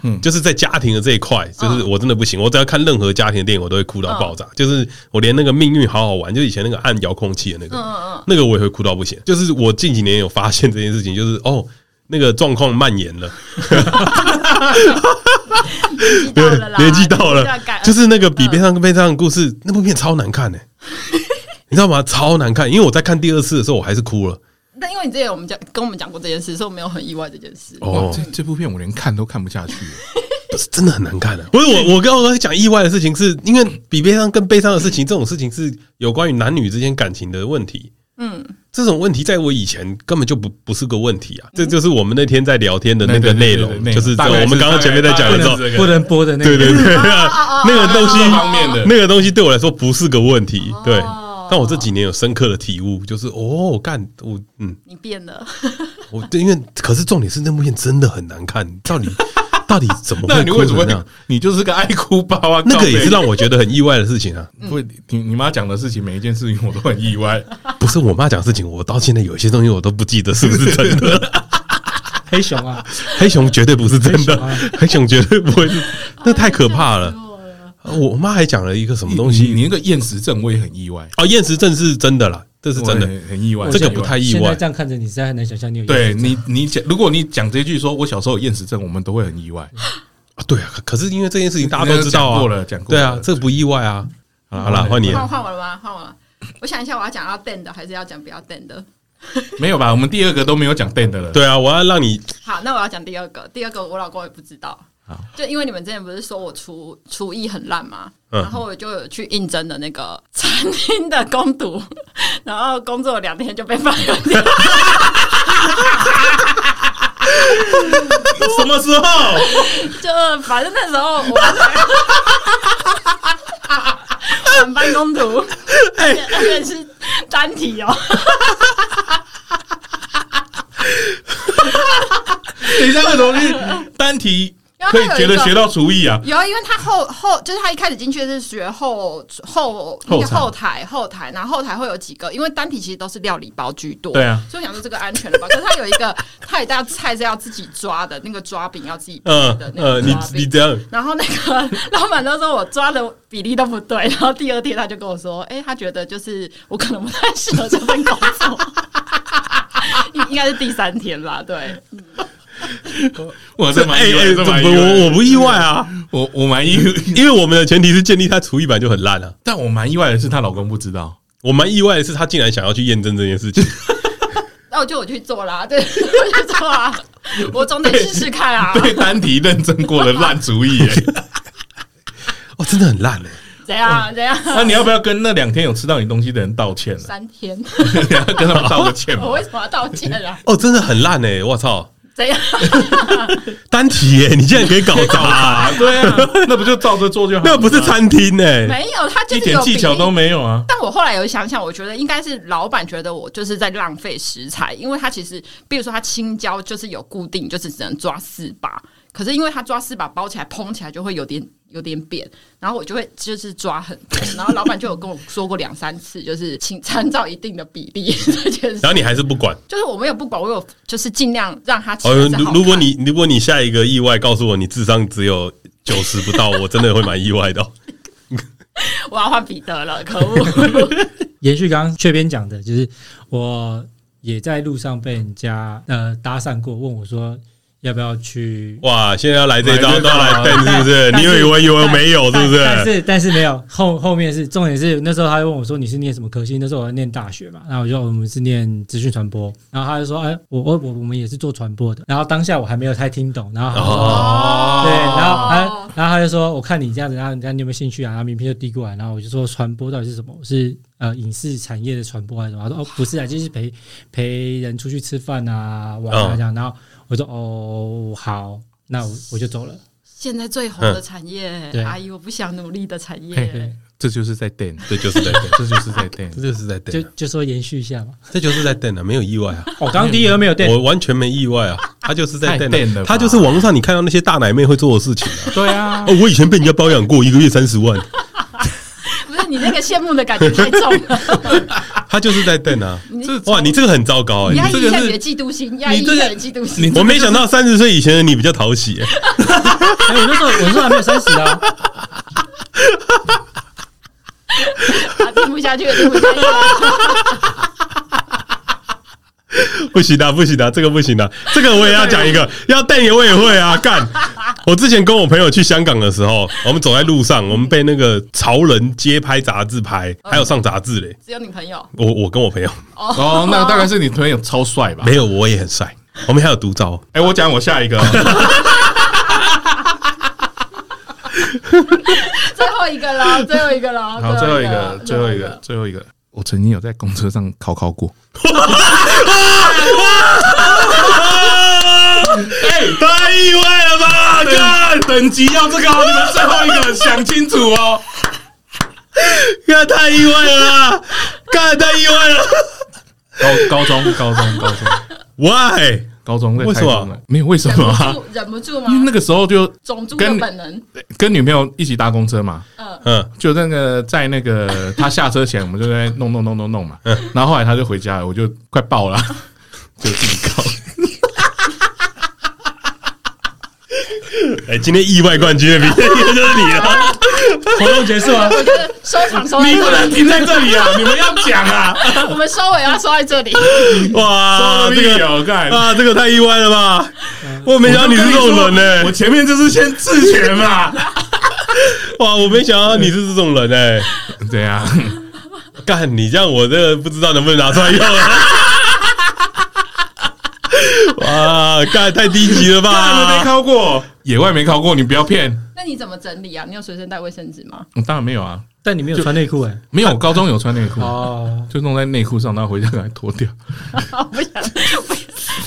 Speaker 3: 嗯，
Speaker 2: 就是在家庭的这一块，就是我真的不行，我只要看任何家庭的电影，我都会哭到爆炸。
Speaker 3: 嗯
Speaker 2: 就是我连那个《命运好好玩》，就以前那个按遥控器的那
Speaker 3: 嗯
Speaker 2: 个，
Speaker 3: 嗯嗯，
Speaker 2: 那个我也会哭到不行。就是我近几年有发现这件事情，就是哦，那个状况蔓延了，
Speaker 3: 年纪到了啦，
Speaker 2: 年纪到
Speaker 3: 年纪
Speaker 2: 了
Speaker 3: 感，
Speaker 2: 就是那个比悲伤更悲伤的故事，那部片超难看呢、欸你知道吗？超难看，因为我在看第二次的时候，我还是哭了。
Speaker 3: 但因为你之前我们讲跟我们讲过这件事，所以我没有很意外这件事。
Speaker 1: 哇，
Speaker 2: 哦
Speaker 1: 这，这部片我连看都看不下去了。
Speaker 2: 不是真的很难看的、不是我，我跟我讲意外的事情是，因为比悲伤更悲伤的事情，这种事情是有关于男女之间感情的问题。
Speaker 3: 嗯，
Speaker 2: 这种问题在我以前根本就不不是个问题啊，这就是我们那天在聊天的那个内
Speaker 1: 对
Speaker 2: 容，
Speaker 1: 对对对
Speaker 2: 就是
Speaker 1: 大概
Speaker 2: 我们刚刚前面在讲
Speaker 1: 不
Speaker 2: 的
Speaker 4: 不
Speaker 1: 能
Speaker 2: 时候，
Speaker 1: 这个
Speaker 4: 能不能播的那
Speaker 2: 对
Speaker 4: 个，
Speaker 2: 对对，那个东西
Speaker 1: 这方面的
Speaker 2: 那个东西对我来说不是个问题，对
Speaker 3: 哦。
Speaker 2: 但我这几年有深刻的体悟，就是哦，干我嗯，
Speaker 3: 你变了，
Speaker 2: 我对，因为可是重点是那部片真的很难看，到底到底怎么
Speaker 1: 那
Speaker 2: 会
Speaker 1: 你
Speaker 2: 哭
Speaker 1: 为什
Speaker 2: 成
Speaker 1: 么
Speaker 2: 那样？
Speaker 1: 你就是啊个爱哭包 啊？
Speaker 2: 那
Speaker 1: 靠
Speaker 2: 个也
Speaker 1: 北
Speaker 2: 是让我觉得很意外的 事情啊！
Speaker 1: 不，你你妈讲的事情，每一件事情我都很意外。
Speaker 2: 不是我妈讲的事情，我到现在有些东西我都不记得是不是真的。
Speaker 4: 黑熊啊，
Speaker 2: 黑熊绝对不是真的，黑
Speaker 4: 黑熊啊
Speaker 2: 熊绝对不会 是，那太可怕了。 我妈还讲了一个什么东
Speaker 1: 你你
Speaker 2: 西？
Speaker 1: 那个厌食症，我也很意外，
Speaker 2: 哦，厌食症是真的啦，这是真
Speaker 1: 我
Speaker 2: 的，
Speaker 1: 很很意外。
Speaker 2: 这个不太意
Speaker 4: 现在
Speaker 2: 外
Speaker 4: 这。样看着你，实在很难想象你有
Speaker 1: 对你你讲，如果你讲这句说我小时候有厌食症，我们都会很意 外。
Speaker 2: 啊对啊，可是因为这件事情大家都知道
Speaker 1: 讲
Speaker 2: 啊，
Speaker 1: 过了讲过
Speaker 2: 对
Speaker 1: 了
Speaker 2: 啊，这不意外啊。好啦，换你了啊
Speaker 3: 换换我了吗？换我了。我想一下，我要讲要 d 的，还是要讲不要 d 的？
Speaker 1: 没有吧？我们第二个都没有讲 Dan 的 了。
Speaker 2: 对啊，我要让你
Speaker 3: 好，那我要讲第二个，第二个我老公也不知道。就因为你们之前不是说我厨厨艺很烂吗？
Speaker 2: 嗯
Speaker 3: 然后我就有去应征的那个餐厅的工读， 然后工作两天就被发现。
Speaker 2: 什么时候？
Speaker 3: 就反正那时候 我晚班工读，而且而且是单体哦，
Speaker 1: 等一下，为什 么是单题可以觉得学到厨艺啊？
Speaker 3: 有啊，因为他后后就是他一开始进去是学后后那个
Speaker 1: 后场
Speaker 3: 后台后台，然后后台会有几个，因为单体其实都是料理包居多，
Speaker 1: 对啊
Speaker 3: 所以我想说这个安全了吧？可是他有一个，他有一道菜是要自己抓的，那个抓饼要自己抓
Speaker 2: 嗯
Speaker 3: 的那
Speaker 2: 呃，
Speaker 3: 个
Speaker 2: 你
Speaker 3: 抓
Speaker 2: 你
Speaker 3: 饼。
Speaker 2: 这样
Speaker 3: 然后那个老板都说我抓的比例都不对，然后第二天他就跟我说，哎、他觉得就是我可能不太适合这份工 作，应应该是第三天啦，对，
Speaker 1: 我这蛮
Speaker 2: 哎
Speaker 1: 意外，
Speaker 2: 哎，
Speaker 1: 这
Speaker 2: 怎
Speaker 1: 蛮
Speaker 2: 么
Speaker 1: 意外
Speaker 2: 我我不意 外啊？
Speaker 1: 我我蛮意，
Speaker 2: 因为我们的前提是建立他厨艺版就很烂啊。
Speaker 1: 但我蛮意外的是她老公不知 道。
Speaker 2: 我蛮意外的是，他竟然想要去验证这件事情。
Speaker 3: 那哦我就我去做啦，对，我 去 做啊，我总得试试看啊，
Speaker 1: 对单题认真过的烂主意耶。
Speaker 2: 哦，真的很烂哎、
Speaker 3: 怎样啊怎样，
Speaker 1: 那你要不要跟那两天有吃到你东西的人道歉呢？啊
Speaker 3: 三 天，
Speaker 1: 你要跟他们道个歉
Speaker 3: 我
Speaker 1: 吗？
Speaker 3: 为什么要道歉啊？
Speaker 2: 哦，真的很烂哎、我操，
Speaker 3: 怎 样？
Speaker 2: 单体耶、你竟然可以搞砸、
Speaker 1: 啊，对啊，那不就照着做就好了？
Speaker 2: 那不是餐厅哎、
Speaker 3: 没有，他就
Speaker 1: 一
Speaker 3: 是
Speaker 1: 点
Speaker 3: 有
Speaker 1: 技巧
Speaker 3: 比例
Speaker 1: 都没有啊。
Speaker 3: 但我后来有想想，我觉得应该是老板觉得我就是在浪费食材，因为他其实，比如说他青椒就是有固定，就是只能抓四把，可是因为他抓四把包起来蓬起来就会有点有点扁，然后我就会就是抓很多，然后老板就有跟我说过两三次，就是请参照一定的比例 这件事
Speaker 2: 然后，你还是不管。
Speaker 3: 就是我没有不管，我有就是尽量让他吃
Speaker 1: 哎
Speaker 2: 哦，
Speaker 3: 得是啊好
Speaker 2: 如
Speaker 3: 看。
Speaker 2: 如果你如果你下一个意外告诉我你智商只有九十不到，我真的会蛮意外的哦、
Speaker 3: 我要换彼得了，可 恶！
Speaker 4: 延续刚刚雀边讲的，就是我也在路上被人家呃搭讪过，问我说要不要去。
Speaker 2: 哇，现在要来这一
Speaker 1: 来
Speaker 2: 招
Speaker 1: 这招
Speaker 2: 都要来
Speaker 1: 但
Speaker 2: 瞪是不 是？
Speaker 4: 但
Speaker 2: 你以为有没 有是不
Speaker 4: 但但
Speaker 2: 啊是？
Speaker 4: 是但是没有后后面是重点是那时候他就问我说你是念什么科系？那时候我在念大学嘛，然后我就说我们是念资讯传播，然后他就说哎我我我我们也是做传播的，然后当下我还没有太听懂，然后他说
Speaker 2: 哦，
Speaker 4: 对，然后他，然后他就说：“我看你这样子，然后你看你有没有兴趣啊？”然后名片就递过来，然后我就说：“传播到底是什么？是呃影视产业的传播还是什么？”他说：“哦，不是啊， 就是陪陪人出去吃饭啊、玩啊
Speaker 2: 嗯
Speaker 4: 这样。”然后我说：“哦，好，那我我就走了。
Speaker 3: 现在最红的产业，
Speaker 4: 对
Speaker 3: 阿姨，我不想努力的产
Speaker 1: 嗯
Speaker 3: 业。
Speaker 1: 嘿
Speaker 4: 对
Speaker 1: 这就是在 Dan，
Speaker 2: 这就是在瞪，
Speaker 1: 这就是在 Dan。
Speaker 2: 这就是在”
Speaker 4: 就
Speaker 2: 瞪啊，
Speaker 4: 就说延续一下嘛。
Speaker 2: 这就是在瞪啊，没有意外啊。
Speaker 4: 我哦刚刚第一个没有对，
Speaker 2: 我完全没意外啊，他就是在
Speaker 1: 太
Speaker 2: 瞪
Speaker 1: 瞪了
Speaker 2: 啊，
Speaker 1: 吧
Speaker 2: 他就是网络上你看到那些大奶妹会做的事情啊。
Speaker 1: 对啊，
Speaker 2: 哦，我以前被人家包养过，一个月三十 万，
Speaker 3: 不是你那个羡慕的感觉太重 了，
Speaker 2: 他就是在瞪啊。
Speaker 3: 你
Speaker 2: 哇，你这个很糟糕哎、
Speaker 3: 你压抑
Speaker 1: 这
Speaker 3: 一
Speaker 1: 个
Speaker 3: 下
Speaker 1: 是
Speaker 3: 你的嫉妒心，压抑
Speaker 1: 你
Speaker 3: 一
Speaker 1: 这
Speaker 3: 下
Speaker 1: 个
Speaker 3: 你的嫉妒
Speaker 1: 你
Speaker 3: 心。
Speaker 2: 我没想到三十岁以前的你比较讨喜、欸，
Speaker 4: 哎我那时候我那时候还没有三十啊，
Speaker 3: 啊，听不下去了，听不下 去了。
Speaker 2: 不行的、啊，不行的、啊，这个不行的、啊，这个我也要讲一个，要瞪也我也会啊，干，我之前跟我朋友去香港的时候，我们走在路上，我们被那个潮人街拍杂志拍，还有上杂志嘞。
Speaker 3: 只有你朋友
Speaker 2: 我我跟我朋友
Speaker 1: 哦，那大概是你朋友超帅吧？
Speaker 2: 没有，我也很帅。我们还有独招，
Speaker 1: 哎、我讲我下一 个哦，
Speaker 3: 最后一个了，最后一个了，
Speaker 1: 好，最后一个，最后一个，，最后一个。我曾经有在公车上考考过，
Speaker 2: 太意外了吧！看，
Speaker 1: 等级要这个哦，你们最后一个想清楚哦。
Speaker 2: 看太意外了啦，看太意 外了。
Speaker 1: 高高中，高中，高中，
Speaker 2: Why？
Speaker 1: 高中在
Speaker 2: 为
Speaker 1: 台
Speaker 2: 什么
Speaker 1: 中了，没有为什
Speaker 3: 忍
Speaker 1: 么
Speaker 3: 不
Speaker 1: 啊？
Speaker 3: 住，忍不住吗
Speaker 1: 因为？那个时候就
Speaker 3: 种族的
Speaker 1: 跟
Speaker 3: 本能，
Speaker 1: 跟女朋友一起搭公车嘛，
Speaker 2: 嗯，
Speaker 1: 就那个在那个他下车前，我们就在弄弄弄弄弄嘛，然后后来他就回家了，我就快爆了，就自己告。
Speaker 2: 哎，今天意外冠 军，明天就是你 了。
Speaker 4: 活动 结束啊，
Speaker 3: 我觉得收场收在
Speaker 1: 你不
Speaker 3: 这
Speaker 1: 能
Speaker 3: 里，
Speaker 1: 停在这里啊！你们要讲 啊！哦
Speaker 3: 我们收尾要收在这里。
Speaker 2: 哇，这个
Speaker 1: 有干
Speaker 2: 啊，这个太意外了吧！我没想到你是这种人呢、
Speaker 1: 我前面就是先自学 嘛，
Speaker 2: 哇，我没想到你是这种人哎、
Speaker 1: 怎 样？
Speaker 2: 干，你这样我这个不知道能不能拿出来用啊了。 哇，干太低级了吧！
Speaker 1: 考过，野外没考过，你不要骗。
Speaker 3: 那你怎么整理啊？你有随身带卫生纸吗？
Speaker 1: 嗯当然没有啊，
Speaker 4: 但你没有穿内裤哎。
Speaker 1: 没有，我高中有穿内裤，
Speaker 4: 哦，
Speaker 1: 就弄在内裤上，然后回家给它脱掉。
Speaker 3: 不想，不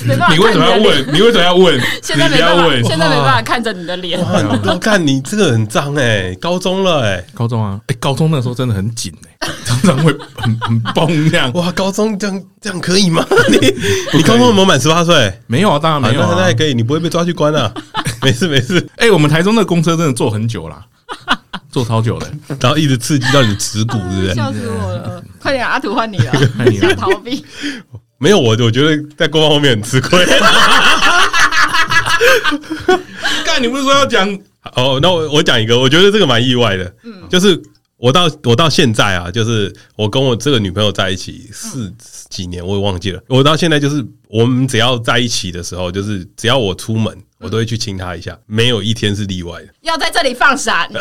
Speaker 3: 没办法。
Speaker 1: 你为什么要？问？啊你为什么要问？
Speaker 3: 现在
Speaker 1: 你不
Speaker 3: 没
Speaker 1: 要
Speaker 3: 办法，
Speaker 1: 问。啊哦
Speaker 3: 现在没办法看着你的脸。
Speaker 2: 我看你这个很脏哎、高中了哎、
Speaker 1: 高中啊，哎，高中那时候真的很紧哎， 常常会很很崩这样。
Speaker 2: 哇，高中这样这样可以 吗？你你高中有没有满十八岁？
Speaker 1: 没有啊，当然没有
Speaker 2: 啊那那
Speaker 1: 啊
Speaker 2: 还。可以，你不会被抓去关 啊。没事没事，
Speaker 1: 哎，我们台中那个公车真的坐很久啦，坐超久的。
Speaker 2: 然后一直刺激到你耻骨，对不对？
Speaker 3: 笑死我了！ 快点，阿土换你了
Speaker 1: 嗯 换，你了
Speaker 3: 想逃避？
Speaker 2: 没有我，我觉得在国防方面很吃 亏。
Speaker 1: 干，你不是说要讲
Speaker 2: 哦，那我我讲一个，我觉得这个蛮意外的，
Speaker 3: 嗯
Speaker 2: 就是我到我到现在啊，就是我跟我这个女朋友在一起四
Speaker 3: 嗯
Speaker 2: 几年，我也忘记了。我到现在就是我们只要在一起的时候，就是只要我出门，
Speaker 3: 嗯
Speaker 2: 我都会去亲她一下，没有一天是例外的，
Speaker 3: 要在这里 放闪？有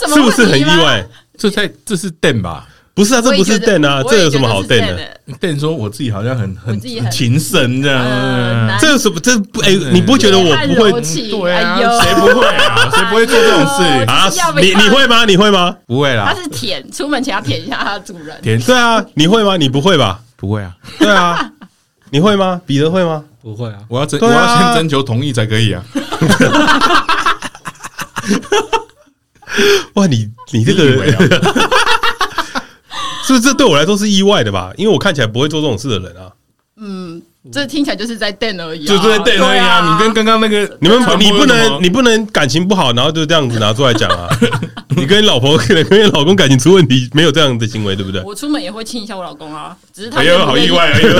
Speaker 3: 什么
Speaker 2: 是不
Speaker 3: 问
Speaker 2: 是很
Speaker 3: 题
Speaker 2: 意
Speaker 3: 吗？
Speaker 2: 外？
Speaker 1: 这在这是 Dan 吧？
Speaker 2: 不是啊，这
Speaker 3: 我也
Speaker 2: 不
Speaker 3: 觉
Speaker 2: 是
Speaker 3: 得
Speaker 2: 瞪啊，
Speaker 3: 我
Speaker 2: 这
Speaker 3: 也
Speaker 2: 有什么好
Speaker 3: 觉得
Speaker 2: 瞪
Speaker 3: 是欸
Speaker 2: 的？
Speaker 3: Stan 的？
Speaker 1: Dan 说我自己好像很很
Speaker 3: 我自己很
Speaker 1: 情深嗯这样。
Speaker 3: 呃男
Speaker 2: 这有什么？这不哎、你不觉得我不
Speaker 3: 柔
Speaker 2: 会
Speaker 3: 情
Speaker 1: 对啊，
Speaker 3: 嗯哎呦，
Speaker 1: 谁不会啊？谁不会做这种事？
Speaker 2: 啊
Speaker 3: 要？不
Speaker 2: 你
Speaker 3: 要
Speaker 2: 你会吗？你会吗？
Speaker 1: 不会
Speaker 3: 他
Speaker 1: 啦，
Speaker 3: 是舔，出门前要舔一下他的主人。
Speaker 1: 田
Speaker 2: 对啊，你会吗？你不会吧？
Speaker 1: 不会啊。
Speaker 2: 对啊，你会吗？彼得会吗？
Speaker 4: 不会啊，
Speaker 1: 我要征，我
Speaker 2: 对啊
Speaker 1: 要先征求同意才可以啊。
Speaker 2: 哇，你你这
Speaker 1: 你以为
Speaker 2: 个
Speaker 1: 啊
Speaker 2: 是不是这对我来说是意外的吧？因为我看起来不会做这种事的人啊。
Speaker 3: 嗯，这听起来就是在瞪而已啊，
Speaker 1: 就就在 Dan 而已啊。你跟刚刚那个
Speaker 2: 你们
Speaker 1: 传播
Speaker 2: 啊你
Speaker 1: 有
Speaker 2: 不
Speaker 1: 什么
Speaker 2: 能你不能感情不好，然后就这样子拿出来讲啊。 你跟你老婆可能跟你老公感情出问题，没有这样的行为，对不对？
Speaker 3: 我出门也会亲一下我老公啊，只是他
Speaker 1: 哎呦，好意外！哎哎呦，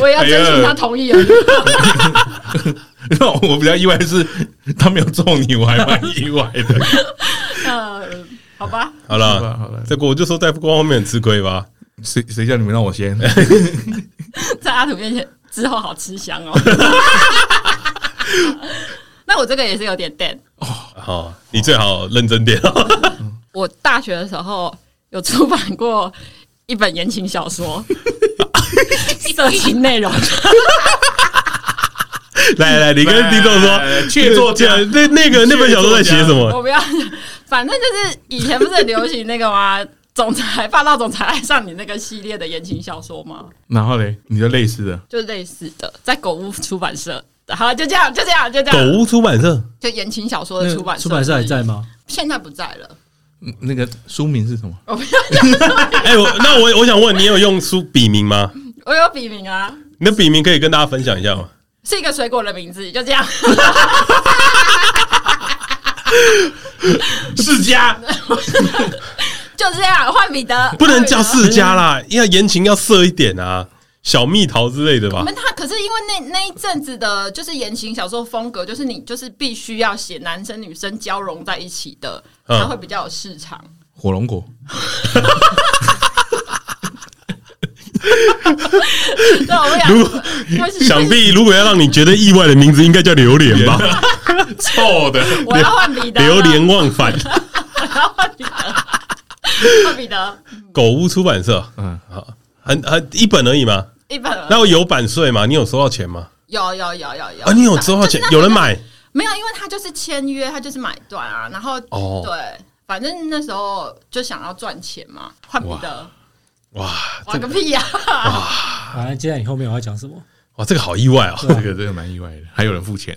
Speaker 3: 我也要征询他同意而
Speaker 1: 哎
Speaker 3: 已。
Speaker 1: 呦。我比较意外的是他没有揍你，我还蛮意外的。
Speaker 3: 呃，好吧，
Speaker 2: 好
Speaker 1: 好了好
Speaker 2: 了
Speaker 1: 了，
Speaker 2: 这个我就说在光方面很吃亏吧。
Speaker 1: 谁谁叫你们让我先？
Speaker 3: 在阿土面前之后好吃香哦。 那我这个也是有点 dead。
Speaker 2: 好，你最好认真点。
Speaker 3: 我大学的时候有出版过一本言情小说，色情内容。
Speaker 2: 来来，你跟听众说
Speaker 1: 来来来，去作家
Speaker 2: 那那个那本小说在写什么？
Speaker 3: 我不要，反正就是以前不是很流行那个吗？总裁霸道总裁爱上你那个系列的言情小说吗？
Speaker 1: 然后嘞，你就类似的，
Speaker 3: 就类似的，在狗屋出版社。好，就这样，就这样，就这
Speaker 2: 狗
Speaker 3: 样。
Speaker 2: 屋出版社，
Speaker 3: 就言情小说
Speaker 4: 那
Speaker 3: 的
Speaker 4: 个
Speaker 3: 出版社，
Speaker 4: 出版社还在，吗？
Speaker 3: 现在不在了。
Speaker 1: 嗯那个书名是什么？
Speaker 3: 我不要讲，
Speaker 2: 哎，我那我我想问，你有用书笔名吗？
Speaker 3: 我有笔名啊，
Speaker 2: 你的笔名可以跟大家分享一下吗？
Speaker 3: 是一个水果的名字，就这样。
Speaker 1: 世家。
Speaker 3: 就这样，换彼得，
Speaker 2: 不能
Speaker 3: 叫
Speaker 2: 叫世家啦，因为言情要色一点啊，小蜜桃之类的吧
Speaker 3: 那。他可是因为那那一阵子的，就是言情小说风格，就是你就是必须要写男生女生交融在一起的，
Speaker 2: 嗯
Speaker 3: 才会比较有市场。
Speaker 1: 火龙果，
Speaker 3: 对，我们俩
Speaker 2: 如果
Speaker 3: 我是
Speaker 2: 想必如果要让你觉得意外的名字，应该叫榴莲吧？
Speaker 1: 臭的，
Speaker 3: 我要换彼得啊了，
Speaker 2: 流连忘返。
Speaker 3: 换彼得
Speaker 2: 狗屋出版社，
Speaker 1: 嗯，
Speaker 2: 好，很很一本而已嘛。
Speaker 3: 一本了。
Speaker 2: 那我有版税吗？你有收到钱吗？
Speaker 3: 有有有有有
Speaker 2: 啊，你有收到钱
Speaker 3: 就是那？个
Speaker 2: 有人买？
Speaker 3: 没有？因为他就是签约，他就是买断啊。然后
Speaker 2: 哦
Speaker 3: 对，反正那时候就想要赚钱嘛，换彼得，
Speaker 2: 哇，
Speaker 3: 玩
Speaker 2: 这
Speaker 3: 个
Speaker 2: 个
Speaker 3: 屁呀！
Speaker 4: 好，那接下来你后面我要讲什么？
Speaker 2: 哇，这个好意外哦！
Speaker 1: 这个这个蛮意外的，还有人付钱，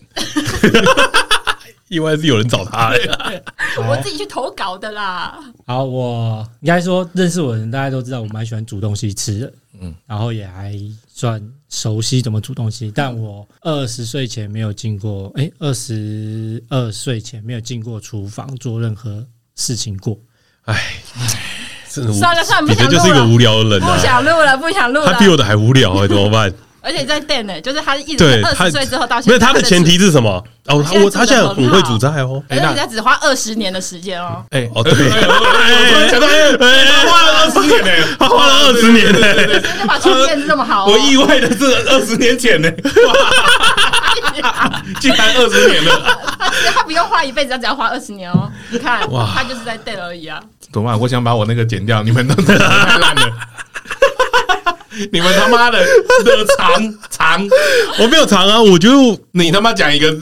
Speaker 2: 意外是有人找他的，
Speaker 3: 我自己去投稿的啦。
Speaker 4: 好，我应该说认识我的人大家都知道，我蛮喜欢煮东西吃的，
Speaker 1: 嗯
Speaker 4: 嗯，然后也还算熟悉怎么煮东西。但我二十岁前没有进过，哎、二十二岁前没有进过厨房做任何事情过。
Speaker 2: 哎，真的无
Speaker 3: 算了算了，不
Speaker 2: 彼得
Speaker 3: 想
Speaker 2: 就是一
Speaker 3: 录
Speaker 2: 个
Speaker 3: 了，
Speaker 2: 无聊的人
Speaker 3: 不
Speaker 2: 啊，
Speaker 3: 想录了，不想录
Speaker 2: 他
Speaker 3: 了
Speaker 2: 比。我的还无聊哎，怎 么办？
Speaker 3: 而且在店呢，就是他一直
Speaker 2: 对
Speaker 3: 二
Speaker 2: 他
Speaker 3: 十岁之后到现在，
Speaker 2: 没有他的前提是什么？哦，他我他
Speaker 3: 他
Speaker 2: 现
Speaker 3: 现
Speaker 2: 在
Speaker 3: 在
Speaker 2: 很
Speaker 3: 煮得
Speaker 2: 会煮菜
Speaker 3: 很好哎
Speaker 2: 哦。
Speaker 3: 可是人家只花二十年的时间哦。
Speaker 1: 哎、
Speaker 2: 哦，对， 哎
Speaker 1: 讲到哎
Speaker 2: 哎
Speaker 1: 花了二十年呢、
Speaker 2: 他花了二十年呢，哎
Speaker 3: 人家把出店这么好、哦，
Speaker 1: 我意外的是二十年前呢、 竟然二十年了，
Speaker 3: 他他不用花一辈子，他只要花二十年哦。你看
Speaker 2: 哇，
Speaker 3: 他就是在店而已啊。
Speaker 1: 怎么办？我想把我那个剪掉，你们都太烂 了，你们他妈的的长长，
Speaker 2: 我没有尝啊，我觉得我
Speaker 1: 你他妈讲一个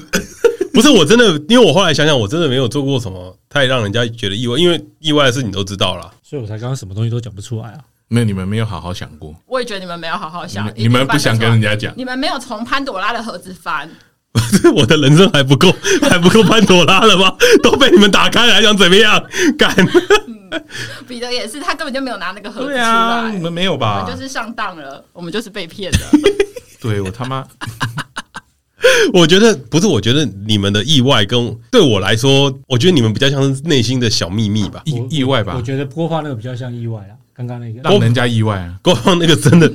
Speaker 2: 不是我真的，因为我后来想想，我真的没有做过什么太让人家觉得意外，因为意外的事你都知道啦。
Speaker 4: 所以我才刚刚什么东西都讲不出来啊！
Speaker 1: 没有，你们没有好好想过，
Speaker 3: 我也觉得你们没有好好
Speaker 1: 你
Speaker 3: 想
Speaker 1: 们，你们不想跟人家讲，
Speaker 3: 你们没有从潘朵拉的盒子翻，
Speaker 2: 我的人生还不够，还不够潘朵拉了吗？都被你们打开了，还想怎么样？敢
Speaker 3: 彼得也是，他根本就没有拿那个盒子出
Speaker 1: 对
Speaker 3: 来，
Speaker 1: 啊，你们没有
Speaker 3: 我
Speaker 1: 吧？
Speaker 3: 们就是上当了，我们就是被骗的。
Speaker 1: 对我他妈
Speaker 2: 我觉得不是，我觉得你们的意外跟对我来说，我觉得你们比较像是内心的小秘密吧。
Speaker 1: 意
Speaker 4: 我
Speaker 1: 意外吧
Speaker 4: 我，觉得播放那个比较像意外啦，刚刚那个。
Speaker 1: 让人家意外啊，
Speaker 2: 郭放那个真的，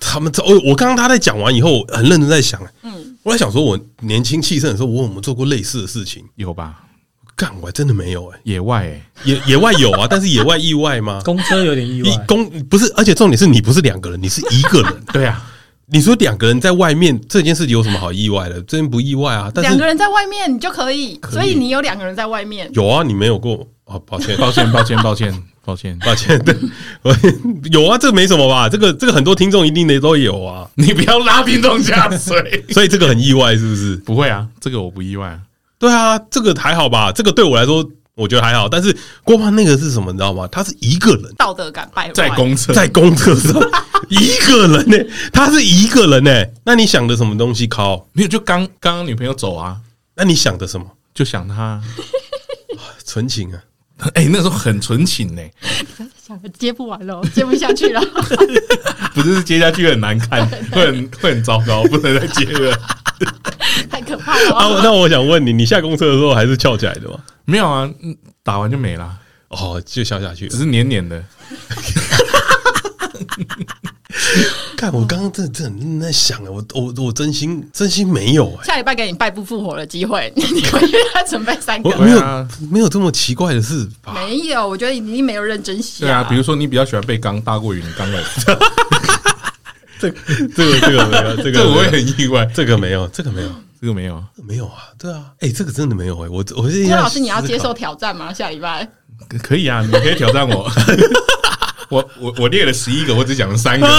Speaker 2: 他们哦，我刚刚他在讲完以后，我很认真在想，嗯，我在想说，我年轻气盛的时候，我有没有做过类似的事情？
Speaker 1: 有吧？
Speaker 2: 干，我还真的没有哎、
Speaker 1: 野外、欸，。
Speaker 2: 野野外有啊， 但是野外意外吗？
Speaker 4: 公车有点意
Speaker 2: 一
Speaker 4: 外，
Speaker 2: 公不是，而且重点是你不是两个人，你是一个人
Speaker 1: 对 啊，
Speaker 2: 你说两个人在外面这件事情有什么好意外的？真不意外啊，但
Speaker 3: 两个
Speaker 2: 是
Speaker 3: 人在外面你就可以，所以你有两个人在外面，
Speaker 2: 有啊，你没有过啊，抱歉。
Speaker 1: 抱歉，抱歉，抱歉，抱歉，
Speaker 2: 抱歉，对，我有啊，这个没什么吧？这个这个很多听众一定的都有啊，
Speaker 1: 你不要拉听众下水。
Speaker 2: 所以这个很意外，是不是？
Speaker 1: 不会啊，这个我不意外啊。
Speaker 2: 对啊，这个还好吧？这个对我来说，我觉得还好。但是郭胖那个是什么，你知道吗？他是一个人
Speaker 3: 道德感败坏。
Speaker 1: 在公厕，
Speaker 2: 在公厕上，一个人呢、欸他是一个人呢、欸那你想的什么东西？靠，
Speaker 1: 没有就刚刚刚女朋友走啊，
Speaker 2: 那你想的什么？
Speaker 1: 就想她。
Speaker 2: 纯情啊！
Speaker 1: 哎、那时候很纯情呢、
Speaker 3: 想接不完了，接不下去了。
Speaker 1: 不是接下去很难看， 会很会很糟糕，不能再接了。
Speaker 3: 太可怕了、哦
Speaker 2: 啊，那我想问你，你下公厕的时候还是翘起来的吗？
Speaker 1: 没有啊，嗯打完就没啦，
Speaker 2: 哦，就笑下去
Speaker 1: 只。是黏黏的。
Speaker 2: 看，我刚刚真的真的认真在想啊，我我我真心真心没有哎、
Speaker 3: 下礼拜给你拜不复活的机会，你可以给他准备三
Speaker 2: 我
Speaker 3: 个。
Speaker 2: 哦没
Speaker 1: 对
Speaker 2: 有、
Speaker 1: 啊
Speaker 2: 没有这么奇怪的事吧？
Speaker 3: 没有，我觉得你没有认真想。
Speaker 1: 对啊，比如说你比较喜欢被刚大过于你 刚来，
Speaker 2: 这个 这个这个没有， 这
Speaker 1: 这个
Speaker 2: 个
Speaker 1: 我
Speaker 2: 没
Speaker 1: 也
Speaker 2: 有，
Speaker 1: 很意外，
Speaker 2: 这个没有，这个没有，
Speaker 1: 这个没有啊，
Speaker 2: 这个没有啊！对啊，哎、这个真的没有哎、我我是
Speaker 3: 郭老师，你要接受挑战吗？下礼拜
Speaker 1: 可可以啊，你可以挑战我。 我我我列了十一个，我只讲了 三个。来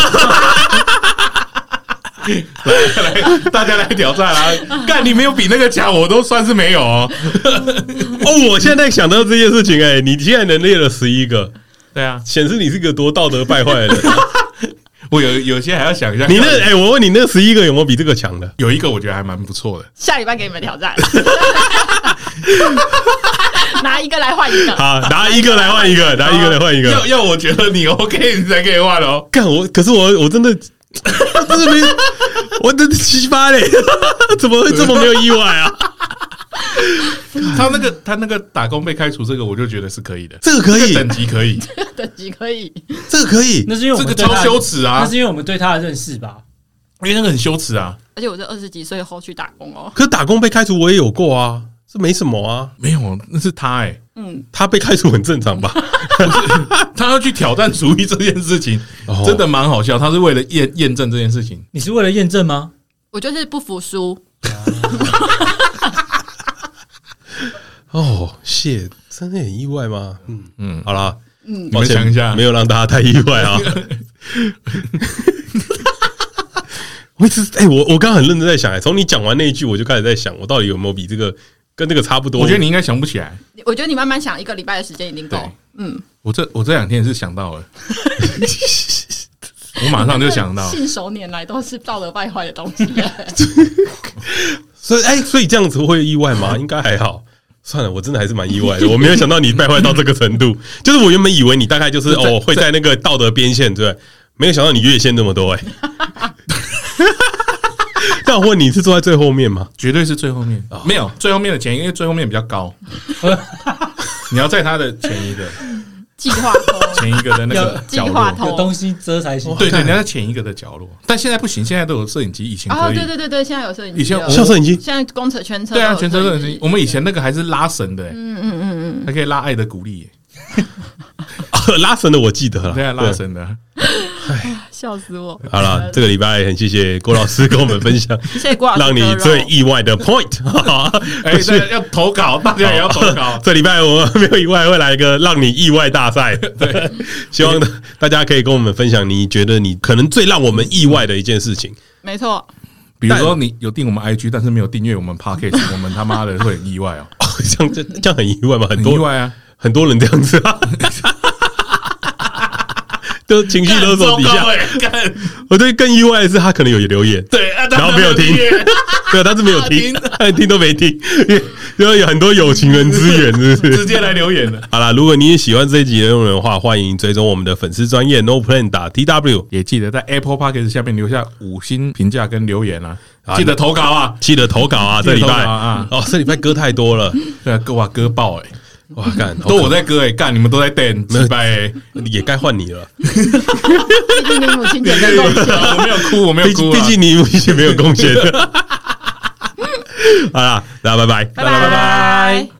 Speaker 1: 来，大家来挑战啊！干，你没有比那个强，我都算是没有哦。
Speaker 2: 哦，我现在想到这件事情哎、你现在能列了十一个，
Speaker 1: 对啊，
Speaker 2: 显示你是个多道德败坏的 人。
Speaker 1: 我有有些还要想一下。
Speaker 2: 你那哎、我问你，那十一个有没有比这个强的？
Speaker 1: 有一个我觉得还蛮不错的，
Speaker 3: 下礼拜给你们挑战， 拿一个来换一个。
Speaker 2: 好，拿一个来换一 个，拿一个来换一个。
Speaker 1: 要要我觉得你 OK，你才可以换 哦。
Speaker 2: 干我，可是我我真的， 我真的没，我真的七八嘞， 怎么会这么没有意外啊？
Speaker 1: 他那个他那个打工被开除这个，我就觉得是可以 的，
Speaker 2: 这个可
Speaker 1: 这
Speaker 2: 以
Speaker 1: 个，等级可以，
Speaker 3: 等级可以，
Speaker 2: 这个可以，
Speaker 4: 那是因为我
Speaker 1: 这个
Speaker 4: 们对
Speaker 1: 超
Speaker 4: 他的
Speaker 1: 羞耻啊
Speaker 4: 那！是因为我们对他的认识吧？
Speaker 1: 因为那个很羞耻啊，
Speaker 3: 而且我这二十几岁后去打工哦，
Speaker 2: 可是打工被开除我也有过啊，这没什么啊，
Speaker 1: 没有，那是他哎、
Speaker 3: 嗯，
Speaker 2: 他被开除很正常吧？
Speaker 1: 他要去挑战厨艺这件事情
Speaker 2: 哦，
Speaker 1: 真的蛮好笑。他是为了验验证这件事情，
Speaker 4: 你是为了验证吗？
Speaker 3: 我就是不服输，
Speaker 2: 哦，谢，真的很意外吗？嗯嗯，好啦，
Speaker 1: 你
Speaker 2: 抱
Speaker 1: 们
Speaker 2: 歉
Speaker 1: 想一下
Speaker 2: 没，有让大家太意外啊。 我一直哎、我我刚刚很认真在想、哎，从你讲完那一句，我就开始在想，我到底有没有比这个跟这个差不多？
Speaker 1: 我觉得你应该想不起来。
Speaker 3: 我觉得你慢慢想，一个礼拜的时间一定够
Speaker 1: 对。我这我这两天也是想到了，我马上就想到，
Speaker 3: 信手拈来都是道德败坏的东西。
Speaker 2: 所以哎、所以这样子会意外 吗？应该还好。算了，我真的还是蛮意外的，我没有想到你败坏到这个程 度。就是我原本以为你大概就是
Speaker 1: 在
Speaker 2: 哦会在那个道德边线，对不对？没有想到你越线这么 多哎、那我问你是坐在最后面吗？
Speaker 1: 绝对是最后面，没有最后面的前一个，因为最后面比较高， 你要在他的前一个
Speaker 3: 计划通，
Speaker 1: 前一个的那个
Speaker 4: 要
Speaker 1: 角
Speaker 3: 计划
Speaker 1: 落
Speaker 3: 头。
Speaker 4: 有东西遮才行。
Speaker 1: 对对，你要在前一个的角落，但现在不行，现在都有摄影机，以前
Speaker 3: 哦，
Speaker 1: 可以
Speaker 3: 对，对对对，现在有摄影
Speaker 1: 以
Speaker 3: 机
Speaker 1: 前
Speaker 3: 了，
Speaker 1: 我
Speaker 2: 校摄影机
Speaker 3: 现在公车全车
Speaker 1: 对啊，
Speaker 3: 都有
Speaker 1: 全车摄影
Speaker 3: 机
Speaker 1: 机，我们以前那个还是拉绳的，嗯嗯嗯嗯，还可以拉爱的鼓励耶，
Speaker 2: 拉绳的我记得了，
Speaker 1: 对啊，拉绳的，
Speaker 3: 笑死我！
Speaker 2: 好了，这个礼拜很谢谢郭老师跟我们分享
Speaker 3: 谢谢郭老师
Speaker 2: 让你最意外的 point。，
Speaker 1: 哎，大家要投 稿，大家也要投稿
Speaker 2: 这礼拜我们没有意外，会来一个让你意外大 赛。对，希望大家可以跟我们分享你觉得你可能最让我们意外的一件事情。
Speaker 3: 没错，
Speaker 1: 比如说你有订我们 IG，但是没有订阅我们 Podcast，我们他妈的会很意外哦，
Speaker 2: 哦， 这样这这样很意外吗？很
Speaker 1: 很
Speaker 2: 多
Speaker 1: 意外啊，
Speaker 2: 很多人这样子啊， 都情绪勒索底
Speaker 1: 干糟
Speaker 2: 下
Speaker 1: 糕。哎干
Speaker 2: 我对更意外的是，他可能有留 言，
Speaker 1: 对，啊
Speaker 2: 然后没有听，对，啊他是没有听，他连听都没听， 因为有很多有情人之缘，是不 是？
Speaker 1: 直接来留言了。
Speaker 2: 好啦，如果你也喜欢这一集内容的话，欢迎追踪我们的粉丝专业 No Plan 打 T W，
Speaker 1: 也记得在 Apple Podcast 下面留下五星评价跟留言啊，
Speaker 2: 啊
Speaker 1: 记得投稿啊！
Speaker 2: 记得投稿啊，
Speaker 1: 记
Speaker 2: 这
Speaker 1: 得
Speaker 2: 礼
Speaker 1: 投稿
Speaker 2: 拜
Speaker 1: 啊
Speaker 2: 哦，这礼拜歌太多了，
Speaker 1: 对啊，哥哇哥爆哎、
Speaker 2: 哇，干
Speaker 1: 都我在割哎、干你们都在等，
Speaker 2: 没有
Speaker 1: 失败哎！
Speaker 2: 也该换你了，
Speaker 3: 毕竟你母 亲节的贡献。
Speaker 1: 我没有哭，我没
Speaker 2: 毕
Speaker 1: 有哭、
Speaker 2: 竟
Speaker 1: 啊，
Speaker 2: 毕竟你以 前没有贡献。好啦，大家拜拜。
Speaker 3: 拜拜。